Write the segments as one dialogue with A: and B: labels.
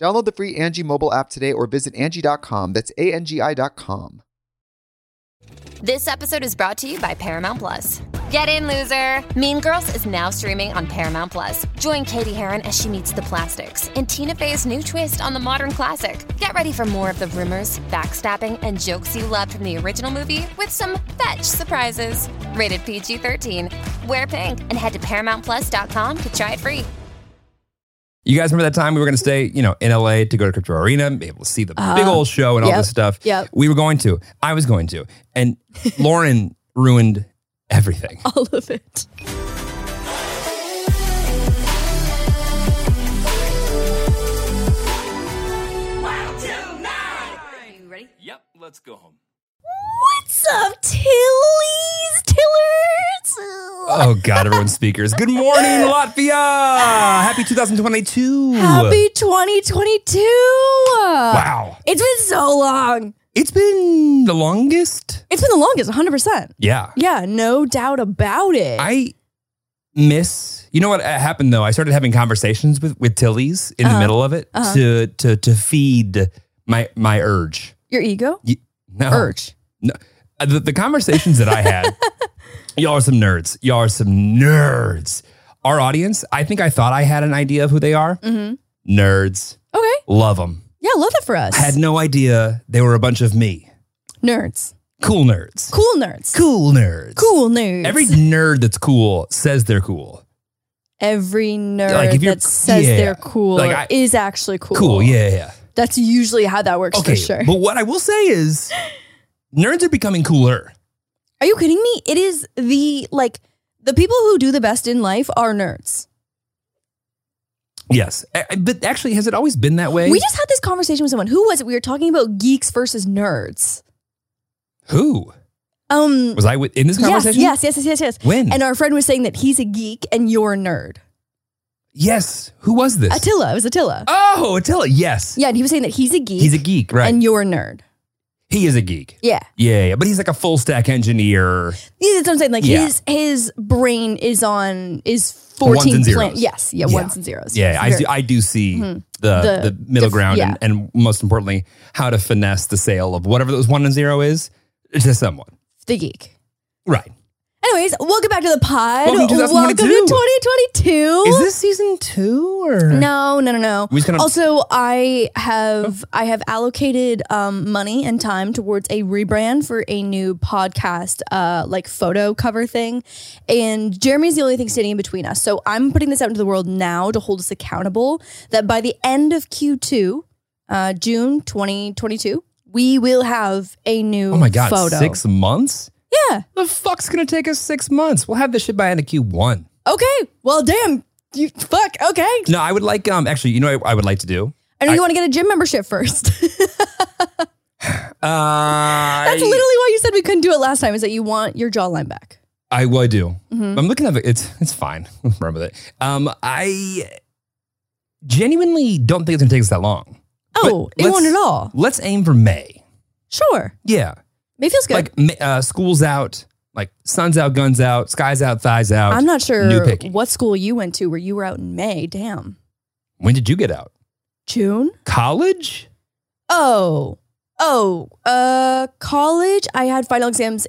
A: Download the free Angie mobile app today or visit Angie.com. That's A-N-G-I dot com.
B: This episode is brought to you by Paramount Plus. Get in, loser! Mean Girls is now streaming on Paramount Plus. Join Katie Heron as she meets the plastics in Tina Fey's new twist on the modern classic. Get ready for more of the rumors, backstabbing, and jokes you loved from the original movie with some fetch surprises. Rated PG 13. Wear pink and head to ParamountPlus.com to try it free.
C: You guys remember that time we were going to stay, you know, in LA to go to Crypto Arena, be able to see the big old show and all
D: Uh-huh. yep,
C: this stuff.
D: yep.
C: We were going to. I was going to. And Lauren ruined everything.
D: all of it.
E: Yep, let's go home.
D: What's up, Tillies, Tillers?
C: Oh God, everyone's speakers. Good morning, Latvia. Happy 2022.
D: Happy 2022!
C: Wow.
D: It's been so long.
C: It's been the longest.
D: It's been the longest, 100%.
C: Yeah.
D: Yeah, no doubt about it.
C: I miss. You know what happened though? I started having conversations with with Tilly's
D: Uh-huh.
C: in the middle of it to to to feed my my urge.
D: Your ego?
C: Y- No.
D: Urge.
C: No. Uh, The, the conversations that I had, y'all are some nerds. Y'all are some nerds. Our audience, I think I thought I had an idea of who they are.
D: Mm-hmm.
C: Nerds.
D: Okay.
C: Love them.
D: Yeah, love it for us.
C: Had no idea they were a bunch of me.
D: nerds.
C: Cool nerds.
D: Cool nerds.
C: Cool nerds.
D: Cool nerds.
C: Every nerd that's cool says they're cool.
D: Every nerd
C: Like, if you're-
D: that says
C: yeah.
D: they're cool
C: Like, I-
D: is actually cool.
C: Cool. Yeah. yeah.
D: That's usually how that works
C: Okay.
D: for sure.
C: But what I will say is nerds are becoming cooler.
D: Are you kidding me? It is the like the people who do the best in life are nerds.
C: Yes. I- I- but actually, has it always been that way?
D: We just had this conversation with someone. Who was it? We were talking about geeks versus nerds.
C: who?
D: Um
C: Was I with, in this
D: yes,
C: conversation?
D: yes, yes, yes, yes, yes.
C: When?
D: And our friend was saying that he's a geek and you're a nerd.
C: Yes. Who was this?
D: Attila, it was Attila.
C: Oh, Attila. Yes.
D: yeah, and he was saying that he's a geek,
C: He's a geek, right?
D: and you're a nerd.
C: he is a geek.
D: Yeah.
C: Yeah, yeah. But he's like a full stack engineer.
D: Yeah, That's what I'm saying. Like
C: Yeah.
D: his his brain is on is
C: Ones
D: 14
C: and
D: plan-
C: zeros.
D: Yes. Yeah,
C: Yeah.
D: ones and zeros.
C: Yeah,
D: Yes,
C: I
D: very- Mm-hmm.
C: do, I do see the, the
D: The
C: middle
D: dif-
C: ground
D: yeah.
C: and, and most importantly, how to finesse the sale of whatever those one and zero is to someone.
D: the geek.
C: Right.
D: Anyways, welcome back to the pod.
C: Welcome to 2022.
D: Welcome to 2022.
C: Is this season two or
D: No, no, no, no.
C: We just kinda-
D: also, I have I have allocated um, money and time towards a rebrand for a new podcast, uh, like photo cover thing. And Jeremy's the only thing standing in between us, so I'm putting this out into the world now to hold us accountable. That by the end of Q2, uh, June 2022, we will have a new
C: Oh my god,
D: photo.
C: six months?
D: Yeah.
C: The fuck's gonna take us six months? We'll have this shit by end of Q one.
D: Okay. Well, damn. You fuck. Okay.
C: No, I would like um actually, you know what I would like to do?
D: I know
C: I-
D: you want to get a gym membership first.
C: Uh That's
D: That's literally why you said we couldn't do it last time. Is that you want your jawline back?
C: I well, I do.
D: Mm-hmm.
C: I'm looking at it. It's it's fine. Remember that. Um, I genuinely don't think it's gonna take us that long.
D: Oh,
C: But
D: it won't
C: let's-
D: at all.
C: Let's aim for May.
D: Sure.
C: Yeah,
D: It feels good.
C: Like ma- uh, school's out, like sun's out, guns out, sky's out, thighs out.
D: I'm not
C: uh, New
D: sure
C: picky.
D: what school you went to where you were out in May. Damn.
C: when did you get out?
D: June?
C: College?
D: Oh. Oh. Uh college. I had final exams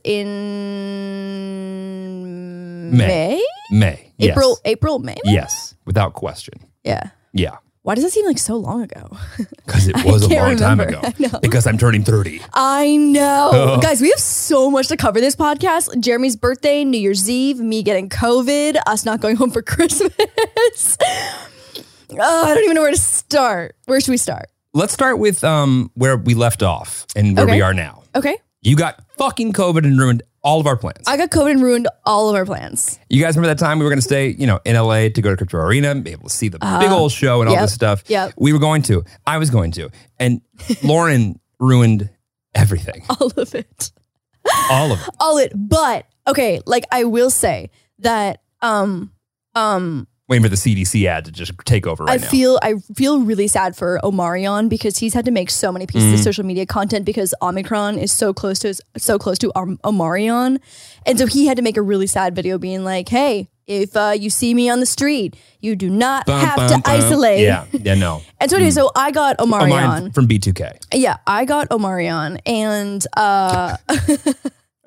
D: in
C: May.
D: May.
C: May. Yes.
D: April, April, May. maybe?
C: Yes, without question.
D: Yeah.
C: Yeah,
D: Why does that seem like so long ago?
C: because it
D: I
C: was a long
D: can't
C: time
D: remember.
C: ago.
D: I know.
C: Because I'm turning 30.
D: I know.
C: Oh.
D: Guys, we have so much to cover this podcast. Jeremy's birthday, New Year's Eve, me getting COVID, us not going home for Christmas. oh, I don't even know where to start. Where should we start?
C: Let's start with um, where we left off and where
D: Okay.
C: we are now.
D: Okay.
C: You got fucking COVID and ruined all of our plans.
D: I got COVID and ruined all of our plans.
C: you guys remember that time we were going to stay, you know, in LA to go to Crypto Arena, be able to see the big old show and all
D: Uh-huh. yep,
C: this stuff.
D: yep.
C: We were going to. I was going to. And Lauren ruined everything,
D: All of it.
C: all of it.
D: All it. But okay, like I will say that um um
C: Waiting for the CDC ad to just take over right
D: I
C: now.
D: feel I feel really sad for Omarion because he's had to make so many pieces of
C: Mm-hmm.
D: social media content because Omicron is so close to his, so close to Om- Omarion, and so he had to make a really sad video being like, "Hey, if uh, you see me on the street, you do not
C: Bum,
D: have
C: bum,
D: to
C: bum.
D: isolate."
C: Yeah, yeah, no.
D: And so, anyway, so I got
C: Oh, mine
D: Omarion.
C: from B2K.
D: yeah, I got Omarion, and uh,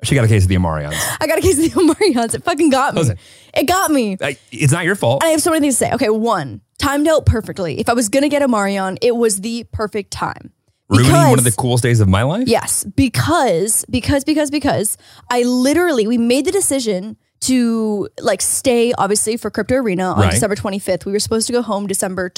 C: She got a case of the Amarions.
D: I got a case of the Omarions. It fucking got me.
C: Listen.
D: It got me.
C: Like, it's not your fault.
D: I have so many things to say. Okay, one timed out perfectly. If I was gonna get a Marion, it was the perfect time.
C: Ruining one of the
D: Because-
C: coolest days of my life.
D: Yes, because because because because I literally we made the decision to like stay obviously for Crypto Arena on
C: Right.
D: December 25th. We were supposed to go home December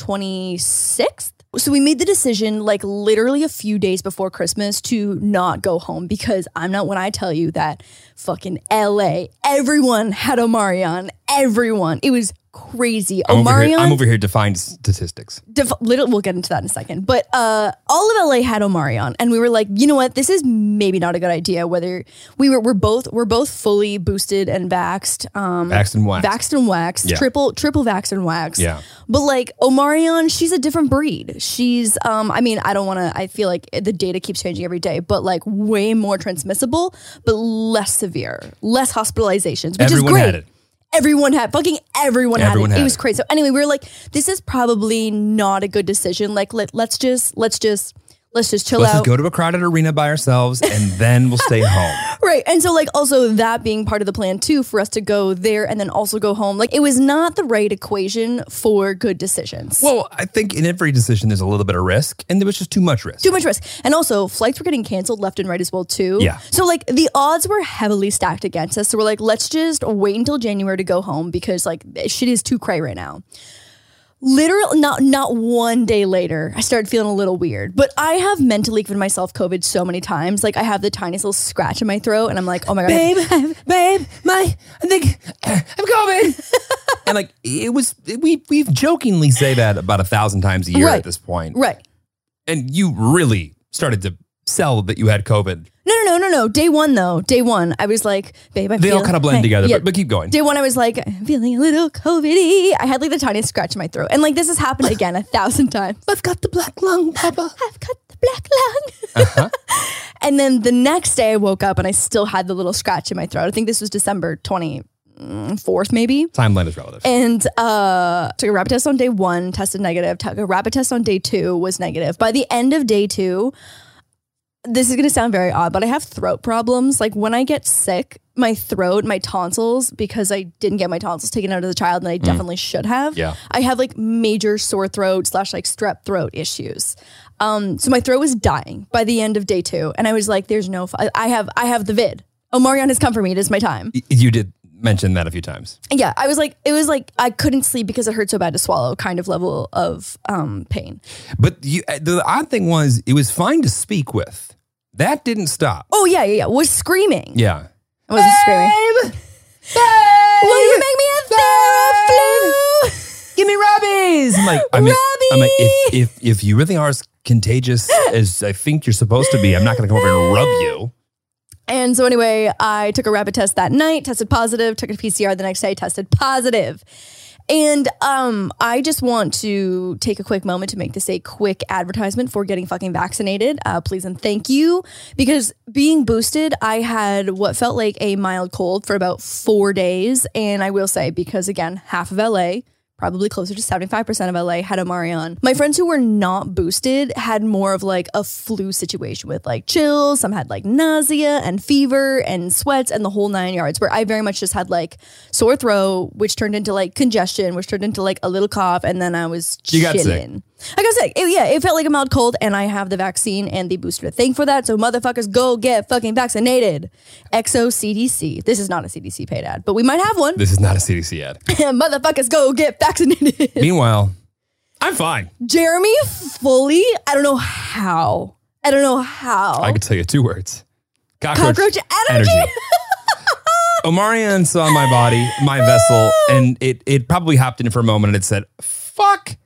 D: 26th. So we made the decision like literally a few days before Christmas to not go home because I'm not when I tell you that fucking LA everyone had Omarion, everyone. It was crazy.
C: I'm over, here,
D: Omarion
C: I'm over here to find statistics.
D: Def- little, we'll get into that in a second. But uh, all of LA had Omarion, and we were like, you know what, this is maybe not a good idea. Whether we were, we're both, we're both fully boosted and vaxxed, um,
C: Vaxxed and waxed.
D: vaxxed and waxed,
C: Yeah.
D: triple, triple vaxxed and waxed.
C: Yeah.
D: But like Omarion, she's a different breed. She's, um, I mean, I don't want to. I feel like the data keeps changing every day, but like way more transmissible, but less severe, less hospitalizations, which
C: Everyone
D: is great
C: had it.
D: everyone had fucking everyone,
C: Everyone
D: had it.
C: had
D: it was
C: it.
D: crazy. So anyway, we were like, this is probably not a good decision. Like let, let's just let's just let's just chill
C: Let's
D: out.
C: just go to a crowded arena by ourselves and then we'll stay home.
D: Right. And so like also that being part of the plan too for us to go there and then also go home. Like it was not the right equation for good decisions.
C: Well, I think in every decision there's a little bit of risk, and there was just too much risk.
D: too much risk. And also, flights were getting canceled left and right as well too.
C: Yeah.
D: So like the odds were heavily stacked against us. So we're like, let's just wait until January to go home because like shit is too cray right now. Literally, not not one day later, I started feeling a little weird. But I have mentally given myself COVID so many times. Like I have the tiniest little scratch in my throat, and I'm like, oh my god,
C: babe, my, I think I'm COVID. and like it was, we we jokingly say that about a thousand times a year
D: Right.
C: at this point,
D: right?
C: and you really started to sell that you had COVID.
D: No, no, no, no, no. Day one though, day one, I was like, babe, I
C: They all
D: feel-
C: kind of blend
D: I-
C: together,
D: yeah.
C: but, but keep going.
D: Day one, I was like, I'm feeling a little COVID I had like the tiniest scratch in my throat. And like, this has happened again a thousand times.
C: I've got the black lung, Papa.
D: I've got the black lung.
C: Uh-huh.
D: and then the next day, I woke up and I still had the little scratch in my throat. I think this was December 24th, maybe.
C: Timeline is relative.
D: And uh, took a rapid test on day one, tested negative. Took a rapid test on day two, was negative. By the end of day two, this is going to sound very odd, but I have throat problems. Like when I get sick, my throat, my tonsils, because I didn't get my tonsils taken out as a child, and I definitely should have.
C: Yeah.
D: I have like major sore throat slash like strep throat issues. Um, so my throat was dying by the end of day two, and I was like, "There's no, f- I I have, I have the vid. Omarion has come for me. It is my time."
C: Y- you did mention that a few times.
D: yeah i was like it was like i couldn't sleep because it hurt so bad to swallow kind of level of um pain
C: But you, uh, the odd thing was, it was fine to speak with. That didn't stop.
D: oh yeah yeah yeah was screaming
C: Yeah.
D: i wasn't screaming will you make me a theraflu
C: Give me Robbie's. I'm like, I'm like, I'm like if,
D: Robbie!
C: if, if you really are as contagious as I think you're supposed to be, I'm not going to come over and rub you.
D: and so anyway i took a rapid test that night tested positive took a pcr the next day tested positive And um, I just want to take a quick moment to make this a quick advertisement for getting fucking vaccinated. Uh, please and thank you. Because being boosted, I had what felt like a mild cold for about four days. And I will say, because again, half of LA, probably closer to 75% of LA, had Omarion. My friends who were not boosted had more of like a flu situation with like chills. Some had like nausea and fever and sweats and the whole nine yards, where I very much just had like sore throat, which turned into like congestion, which turned into like a little cough. And then I was
C: You got sick.
D: shitting. I got sick. It- yeah, it felt like a mild cold, and I have the vaccine and the booster thing for that. So motherfuckers, go get fucking vaccinated. Exo CDC. This is not a CDC paid ad, but we might have one.
C: This is not a CDC ad.
D: motherfuckers, go get vaccinated.
C: Meanwhile, I'm fine.
D: Jeremy fully. I don't know how. I don't know how.
C: I could tell you two words.
D: Cockroach energy.
C: Omarion saw my body, my vessel, and it it probably hopped in for a moment and it said, "Fuck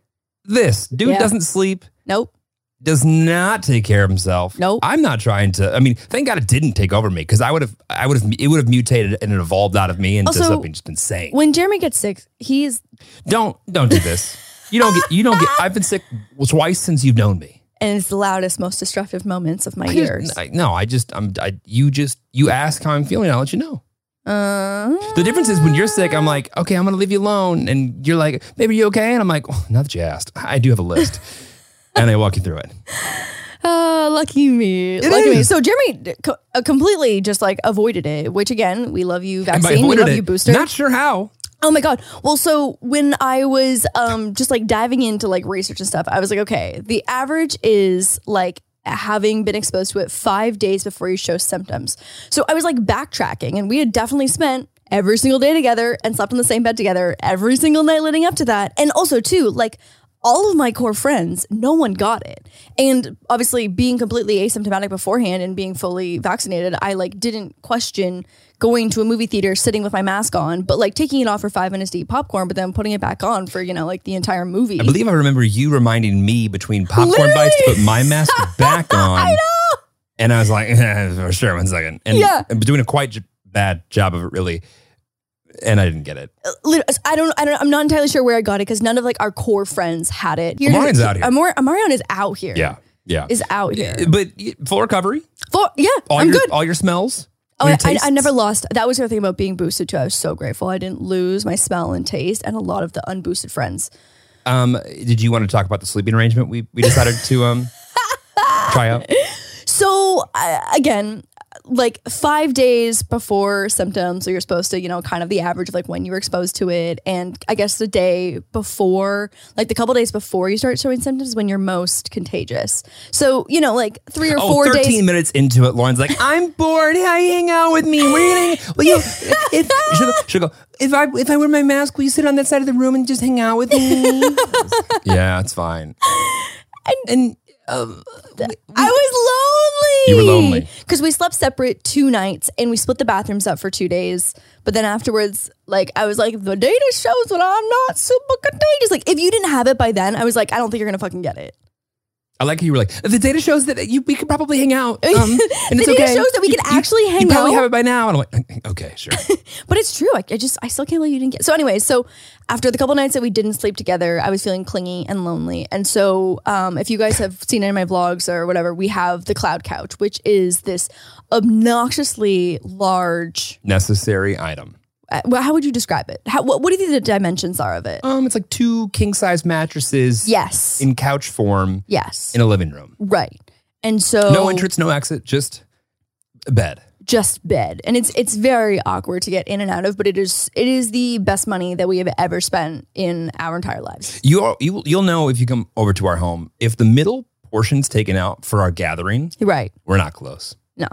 C: this dude
D: Yeah.
C: doesn't sleep,
D: nope.
C: does not take care of himself."
D: Nope.
C: I'm not trying to. I mean, thank God it didn't take over me because I would have, I would have, it would have mutated and it evolved out of me into
D: Also,
C: something just insane.
D: When Jeremy gets sick, he's
C: don't don't do this. You don't get. You don't get. I've been sick twice since you've known me.
D: and it's the loudest, most destructive moments of my
C: I just-
D: years.
C: I- no, I just I'm. I, you just you ask how I'm feeling. I'll let you know.
D: Uh,
C: The difference is when you're sick, I'm like, okay, I'm gonna leave you alone, and you're like, babe, are you okay? And I'm like, oh, not that you asked. I do have a list, and I walk you through it.
D: Uh, lucky me. lucky me.
C: is.
D: So Jeremy d- co- uh, completely just like avoided it, which again, we love you
C: And by
D: vaccine, we
C: avoided
D: love
C: it,
D: you booster.
C: Not sure how.
D: oh my god. Well, so when I was um just like diving into like research and stuff, I was like, okay, the average is like having been exposed to it 5 days before you show symptoms. So I was like backtracking and we had definitely spent every single day together and slept on the same bed together every single night leading up to that. And also too, like all of my core friends, no one got it. And obviously being completely asymptomatic beforehand and being fully vaccinated, I like didn't question going to a movie theater, sitting with my mask on, but like taking it off for five minutes to eat popcorn, but then putting it back on for, you know, like the entire movie.
C: I believe I remember you reminding me between popcorn bites to put my mask back on. I know. And I was like, for sure, one second. And,
D: Yeah.
C: and doing a quite j- bad job of it, really. And I didn't get it.
D: Lit- I don't, I don't, I'm not entirely sure where I got it because none of like our core friends had it.
C: Amarion's out here.
D: Amar- Amarion is out here.
C: Yeah. Yeah.
D: Is out here.
C: But y- full recovery,
D: For, yeah,
C: all
D: I'm
C: your
D: good.
C: all your smells.
D: Oh,
C: all
D: I,
C: your
D: I, I
C: tastes.
D: never lost. That was the other thing about being boosted too. I was so grateful. I didn't lose my smell and taste, and a lot of the unboosted friends.
C: Um, did you want to talk about the sleeping arrangement we, we decided to um try out?
D: So uh, again, like five days before symptoms, so you're supposed to, you know, kind of the average of like when you were exposed to it, and I guess the day before, like the couple days before you start showing symptoms, is when you're most contagious. So you know, like three or
C: Oh,
D: four
C: 13
D: days.
C: minutes into it, Lauren's like, I'm bored. How you hang out with me? Where you gonna, will you, if, she'll, go- she'll go, if I, if I wear my mask, will you sit on that side of the room and just hang out with me? yeah, it's fine. And, um,
D: I was
C: You
D: lonely.
C: were lonely.
D: Because we slept separate two nights and we split the bathrooms up for two days. But then afterwards, like, I was like, the data shows that I'm not super contagious. Like, if you didn't have it by then, I was like, I don't think you're going to fucking get it.
C: I like how you were like, the data shows that you, we could probably hang out. Um, and
D: The
C: it's
D: data
C: okay.
D: shows that we
C: You-
D: could
C: you-
D: actually hang
C: You probably
D: out."
C: have it by now. And I'm like, "Mm, okay, sure.
D: But it's true. I, I just, I still can't believe you didn't get So, anyway, so after the couple nights that we didn't sleep together, I was feeling clingy and lonely. And so, um, if you guys have seen any of my vlogs or whatever, we have the cloud couch, which is this obnoxiously large
C: Necessary item.
D: uh, well, how would you describe it? How, what, what do you think the dimensions are of it?
C: Um, it's like two king size mattresses
D: yes.
C: in couch form
D: yes.
C: in a living room.
D: right. And so
C: No entrance, no exit, just a bed.
D: just bed. And it's it's very awkward to get in and out of, but it is it is the best money that we have ever spent in our entire lives.
C: You are, you you'll know if you come over to our home if the middle portion's taken out for our gathering,
D: Right.
C: we're not close.
D: No.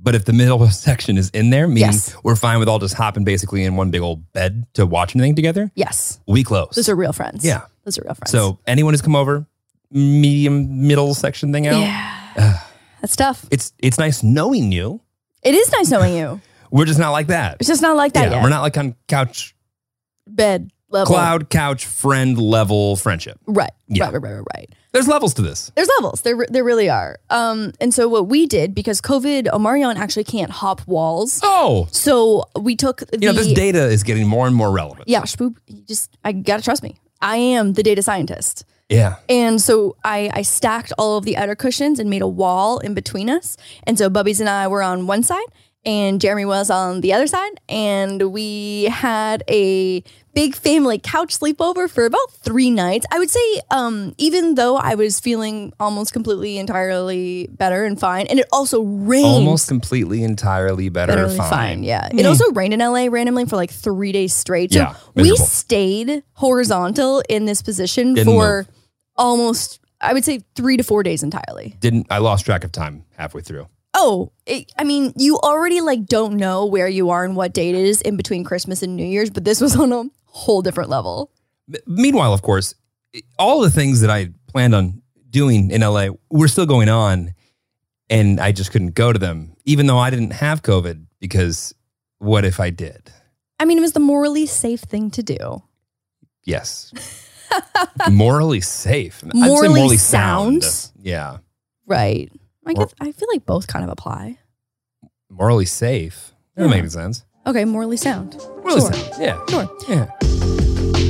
C: But if the middle section is in there, meaning
D: Yes.
C: we're fine with all just hopping basically in one big old bed to watch anything together,
D: Yes.
C: we close.
D: Those are real friends.
C: Yeah.
D: Those are real friends.
C: so anyone who's come over, medium middle section thing out. uh,
D: yeah. That's tough.
C: It's it's nice knowing you.
D: It is nice knowing you.
C: We're just not like that.
D: It's just not like that
C: yeah,
D: yet.
C: we're not like on couch
D: bed. level.
C: cloud couch friend level friendship.
D: Right.
C: Yeah.
D: Right, right, right, right, right.
C: There's levels to this.
D: There's levels. There, there really are. Um, and so what we did because COVID, Omarion actually can't hop walls.
C: Oh,
D: So we took the
C: you know, this data is getting more and more relevant.
D: yeah, Shpoop, you just I gotta trust me. I am the data scientist.
C: Yeah.
D: And so I, I stacked all of the outer cushions and made a wall in between us. And so Bubbies and I were on one side and Jeremy was on the other side. And we had a big family couch sleepover for about three nights. I would say, um, even though I was feeling almost completely entirely better and fine, and it also rained.
C: Almost completely, entirely better,
D: Literally
C: fine. Hmm.
D: Yeah. It also rained in LA randomly for like three days straight. So
C: Yeah,
D: we
C: miserable.
D: stayed horizontal in this position
C: Didn't
D: for almost, I would say, three to four days entirely.
C: Didn't I lost track of time halfway through?
D: Oh, it, I mean, you already like don't know where you are and what date it is in between Christmas and New Year's, but this was on a whole different level.
C: M- Meanwhile, of course, i- all the things that I planned on doing in LA were still going on, and I just couldn't go to them, even though I didn't have COVID. Because what if I did?
D: I mean, it was the morally safe thing to do.
C: Yes. morally safe. I'd say
D: Morally sound.
C: sound. Yeah.
D: Right. I,
C: Mor-
D: guess, I feel like both kind of apply.
C: Morally safe. That
D: Yeah.
C: makes sense.
D: Okay, morally sound.
C: Morally
D: Sure.
C: sound. Yeah.
D: Sure.
C: Yeah.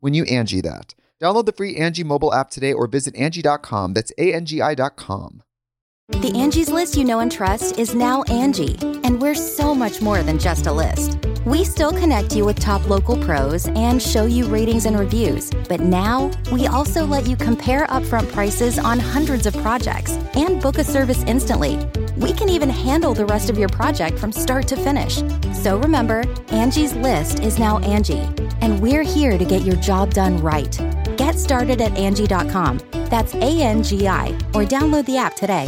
A: when you Angie that. Download the free Angie mobile app today or visit Angie.com. That's A-N-G-I dot com.
F: The Angie's list you know and trust is now Angie, and we're so much more than just a list. We still connect you with top local pros and show you ratings and reviews, but now we also let you compare upfront prices on hundreds of projects and book a service instantly. We can even handle the rest of your project from start to finish. So remember, Angie's list is now Angie, and we're here to get your job done right. Get started at Angie.com. That's A N G I, or download the app today.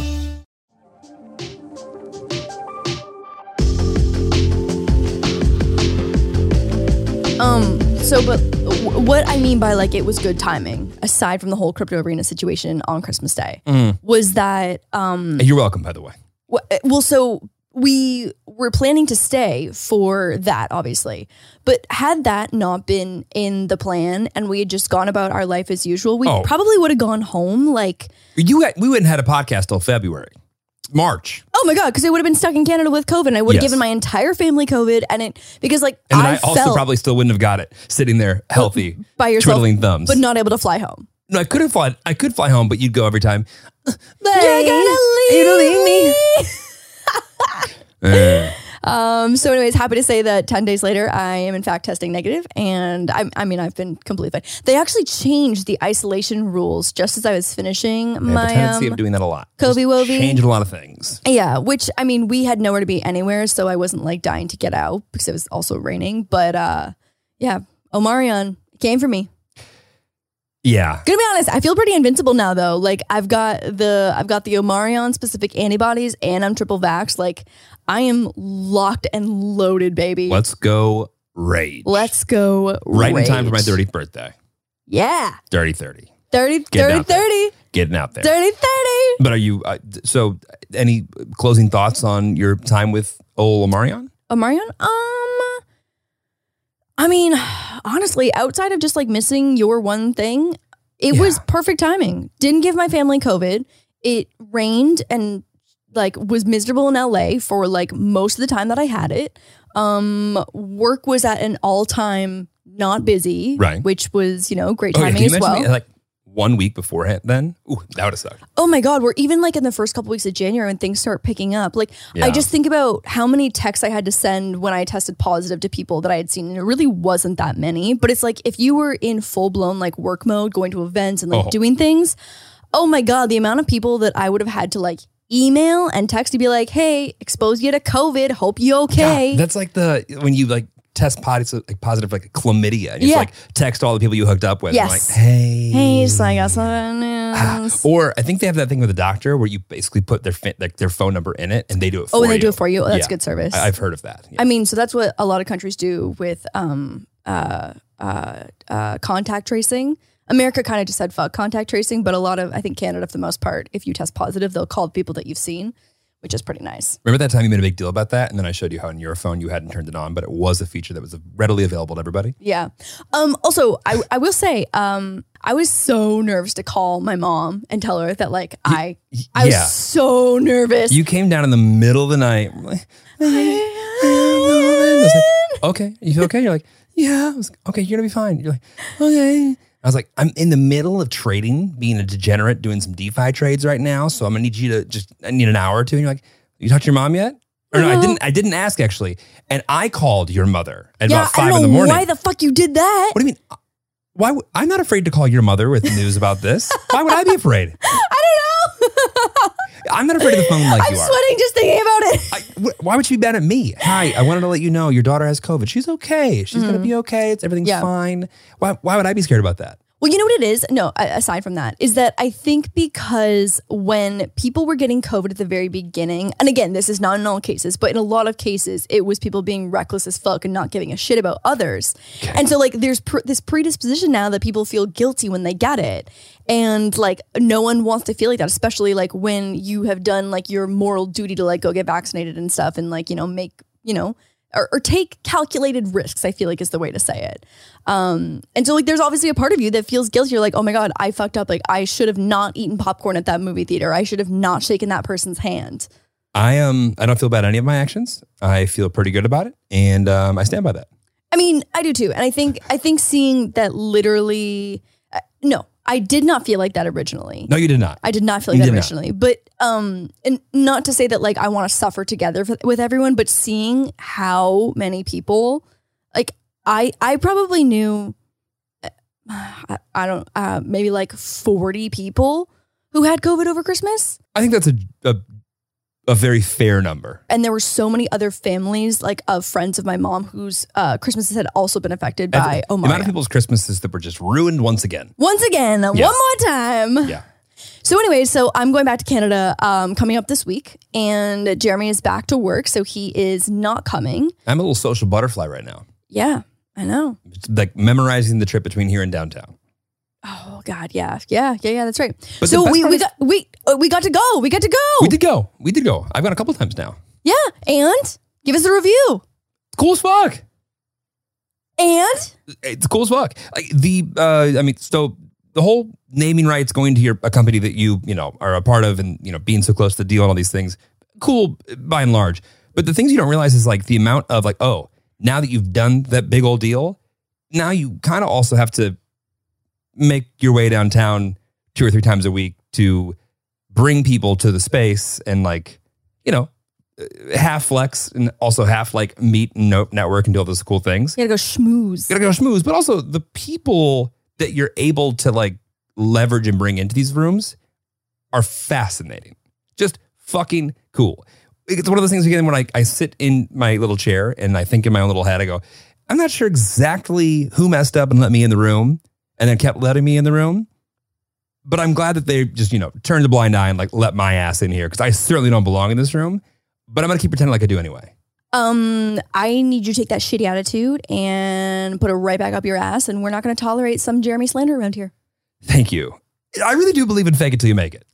D: Um. So, but w- what I mean by like it was good timing, aside from the whole crypto arena situation on Christmas Day,
C: Mm.
D: was that um.
C: You're welcome, by the way.
D: w- eh, Well, so we were planning to stay for that, obviously, but had that not been in the plan, and we had just gone about our life as usual, we
C: Oh.
D: probably would have gone home. Like,
C: You had, we wouldn't had a podcast till February, March,
D: oh my god, because I would have been stuck in Canada with COVID. And I would have
C: Yes.
D: given my entire family COVID, and it because like
C: and then I,
D: I,
C: also
D: felt
C: probably still wouldn't have got it sitting there healthy
D: by yourself,
C: twiddling thumbs.
D: but not able to fly home.
C: no, I could have fly. I could fly home, but you'd go every time.
D: You're gonna leave, me.
C: Eh.
D: Um, so, anyways, happy to say that 10 days later, I am in fact testing negative, and I, I mean, I've been completely fine. They actually changed the isolation rules just as I was finishing
C: I have a
D: my.
C: tendency
D: um,
C: of doing that a lot.
D: Kobe
C: Just
D: Wobe.
C: Changing a lot of things.
D: yeah, which I mean, we had nowhere to be anywhere, so I wasn't like dying to get out because it was also raining. But uh, yeah, Omarion came for me.
C: Yeah.
D: Gonna be honest, I feel pretty invincible now though. Like I've got the I've got the Omarion specific antibodies, and I'm triple vax. Like I am locked and loaded, baby.
C: Let's go rage.
D: Let's go.
C: right in time for my
D: rage.
C: 30th birthday.
D: Yeah.
C: Dirty 30.
D: 30,
C: Getting
D: 30,
C: out there.
D: 30,
C: Getting out there.
D: 30, 30.
C: But are you uh, d- so? uh, Any closing thoughts on your time with Ol Omarion?
D: Omarion? Um, I mean, honestly, outside of just like missing your one thing, it
C: Yeah.
D: was perfect timing. Didn't give my family COVID. It rained and like was miserable in LA for like most of the time that I had it. Um, work was at an all time not busy,
C: Right.
D: Which was you know great
C: Oh, yeah,
D: timing
C: can you
D: as
C: mention
D: well.
C: me, like one week beforehand? Then Ooh, that would have sucked.
D: Oh my God, we're even like in the first couple weeks of January when things start picking up. Like,
C: Yeah.
D: I just think about how many texts I had to send when I tested positive to people that I had seen. And it really wasn't that many. But it's like if you were in full blown like work mode, going to events and like
C: Oh.
D: doing things, oh my God, the amount of people that I would have had to like email and text to be like, hey, exposed you to COVID. Hope you okay.
C: Yeah, that's like the when you like test positive, like positive, like chlamydia. And you just
D: Yeah.
C: like text all the people you hooked up with. And
D: Yes.
C: like, hey,
D: hey, just like, I got some news.
C: Or I think they have that thing with the doctor where you basically put their fi- like their phone number in it and they do it. for
D: Oh, and they
C: you.
D: do it for you. Oh, that's
C: Yeah.
D: good service.
C: I- I've heard of that. Yeah.
D: I mean, so that's what a lot of countries do with um, uh, uh, uh, contact tracing. America kind of just said fuck contact tracing, but a lot of I think Canada for the most part, if you test positive, they'll call the people that you've seen, which is pretty nice.
C: Remember that time you made a big deal about that, and then I showed you how on your phone you hadn't turned it on, but it was a feature that was readily available to everybody.
D: Yeah. Um, also, I, I will say, um, I was so nervous to call my mom and tell her that like I I
C: yeah.
D: was so nervous.
C: You came down in the middle of the night. I'm like, I was like, okay, you feel okay? You're like, yeah. I was like, okay, you're gonna be fine. You're like, okay. I was like, I'm in the middle of trading, being a degenerate, doing some DeFi trades right now. So I'm gonna need you to just, I need an hour or two. And you're like, you talked to your mom yet? Or no, I didn't. I didn't ask actually. And I called your mother at
D: yeah,
C: about five
D: I don't
C: in the
D: know
C: morning.
D: why the fuck you did that.
C: what do you mean? Why? Would, I'm not afraid to call your mother with news about this. why would I be afraid?
D: I don't know.
C: I'm not afraid of the phone like
D: I'm
C: you are.
D: sweating just thinking about it.
C: I, wh- why would she be mad at me? Hi, I wanted to let you know your daughter has COVID. She's okay. She's gonna be okay. It's everything's
D: Yeah.
C: fine. Why? Why would I be scared about that?
D: Well, you know what it is? No, a- aside from that, is that I think because when people were getting COVID at the very beginning, and again, this is not in all cases, but in a lot of cases, it was people being reckless as fuck and not giving a shit about others. And so, like, there's pr- this predisposition now that people feel guilty when they get it. And like, no one wants to feel like that, especially like when you have done like your moral duty to like go get vaccinated and stuff and like, you know, make, you know, or, or take calculated risks, I feel like is the way to say it. Um, and so like there's obviously a part of you that feels guilty. You're like, oh my God, I fucked up. Like I should have not eaten popcorn at that movie theater. I should have not shaken that person's hand.
C: I Um, I don't feel about any of my actions. I feel pretty good about it, and um, I stand by that.
D: I mean, I do too. And I think I think seeing that literally uh, no, I did not feel like that originally.
C: No, you did not.
D: I did not feel like
C: You
D: that
C: did not.
D: originally. But um and not to say that like I want to suffer together f- with everyone, but seeing how many people like I I probably knew uh, I, I don't uh maybe like 40 people who had covid over Christmas
C: I think that's a a, a very fair number.
D: and there were so many other families like of friends of my mom whose uh Christmases had also been affected by
C: the amount of
D: Omar.
C: people's Christmases that were just ruined once again.
D: Once again, one more time.
C: Yeah.
D: So anyway, so I'm going back to Canada um, coming up this week, and Jeremy is back to work, so he is not coming.
C: I'm a little social butterfly right now.
D: Yeah, I know.
C: It's like memorizing the trip between here and downtown.
D: Oh God, yeah, yeah, yeah, yeah. That's right.
C: But the
D: so
C: best
D: we
C: part
D: we
C: is-
D: got we uh, we got to go. We got to go.
C: We did go. We did go. I've gone a couple times now.
D: yeah, and give us a review.
C: Cool as fuck.
D: And
C: it's cool as fuck. Like the, uh, I mean, so the whole naming rights going to your a company that you you know are a part of, and you know being so close to the deal and all these things, cool by and large. But the things you don't realize is like the amount of like, oh, now that you've done that big old deal, now you kind of also have to make your way downtown two or three times a week to bring people to the space and like, you know. uh, Half flex and also half like meet and no- network and do all those cool things
D: gotta go schmooze.
C: gotta go schmooze, but also the people that you're able to like leverage and bring into these rooms are fascinating. Just fucking cool. It's one of those things again when I, I sit in my little chair and I think in my own little head, I go, I'm not sure exactly who messed up and let me in the room and then kept letting me in the room. But I'm glad that they just, you know, turned the blind eye and like let my ass in here because I certainly don't belong in this room. But I'm gonna keep pretending like I do anyway.
D: um, I need you to take that shitty attitude and put it right back up your ass. And we're not going to tolerate some Jeremy slander around here.
C: Thank you. I really do believe in fake it till you make it.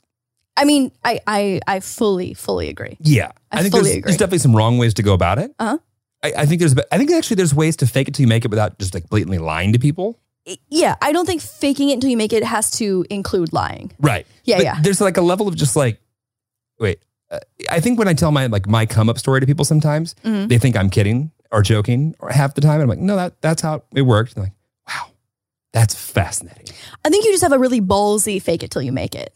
D: I mean, I, I, I fully, fully agree.
C: Yeah,
D: I
C: think
D: fully
C: there's,
D: agree.
C: there's definitely some wrong ways to go about it.
D: Uh-huh.
C: I, I think there's, I think actually there's ways to fake it till you make it without just like blatantly lying to people.
D: I- Yeah, I don't think faking it until you make it has to include lying.
C: Right.
D: Yeah,
C: But
D: yeah.
C: There's like a level of just like, wait. Uh, I think when I tell my like my come up story to people, sometimes
D: Mhm.
C: they think I'm kidding or joking or half the time. I'm like, no, that that's how it worked. And they're like, wow, that's fascinating.
D: I think you just have a really ballsy fake it till you make it.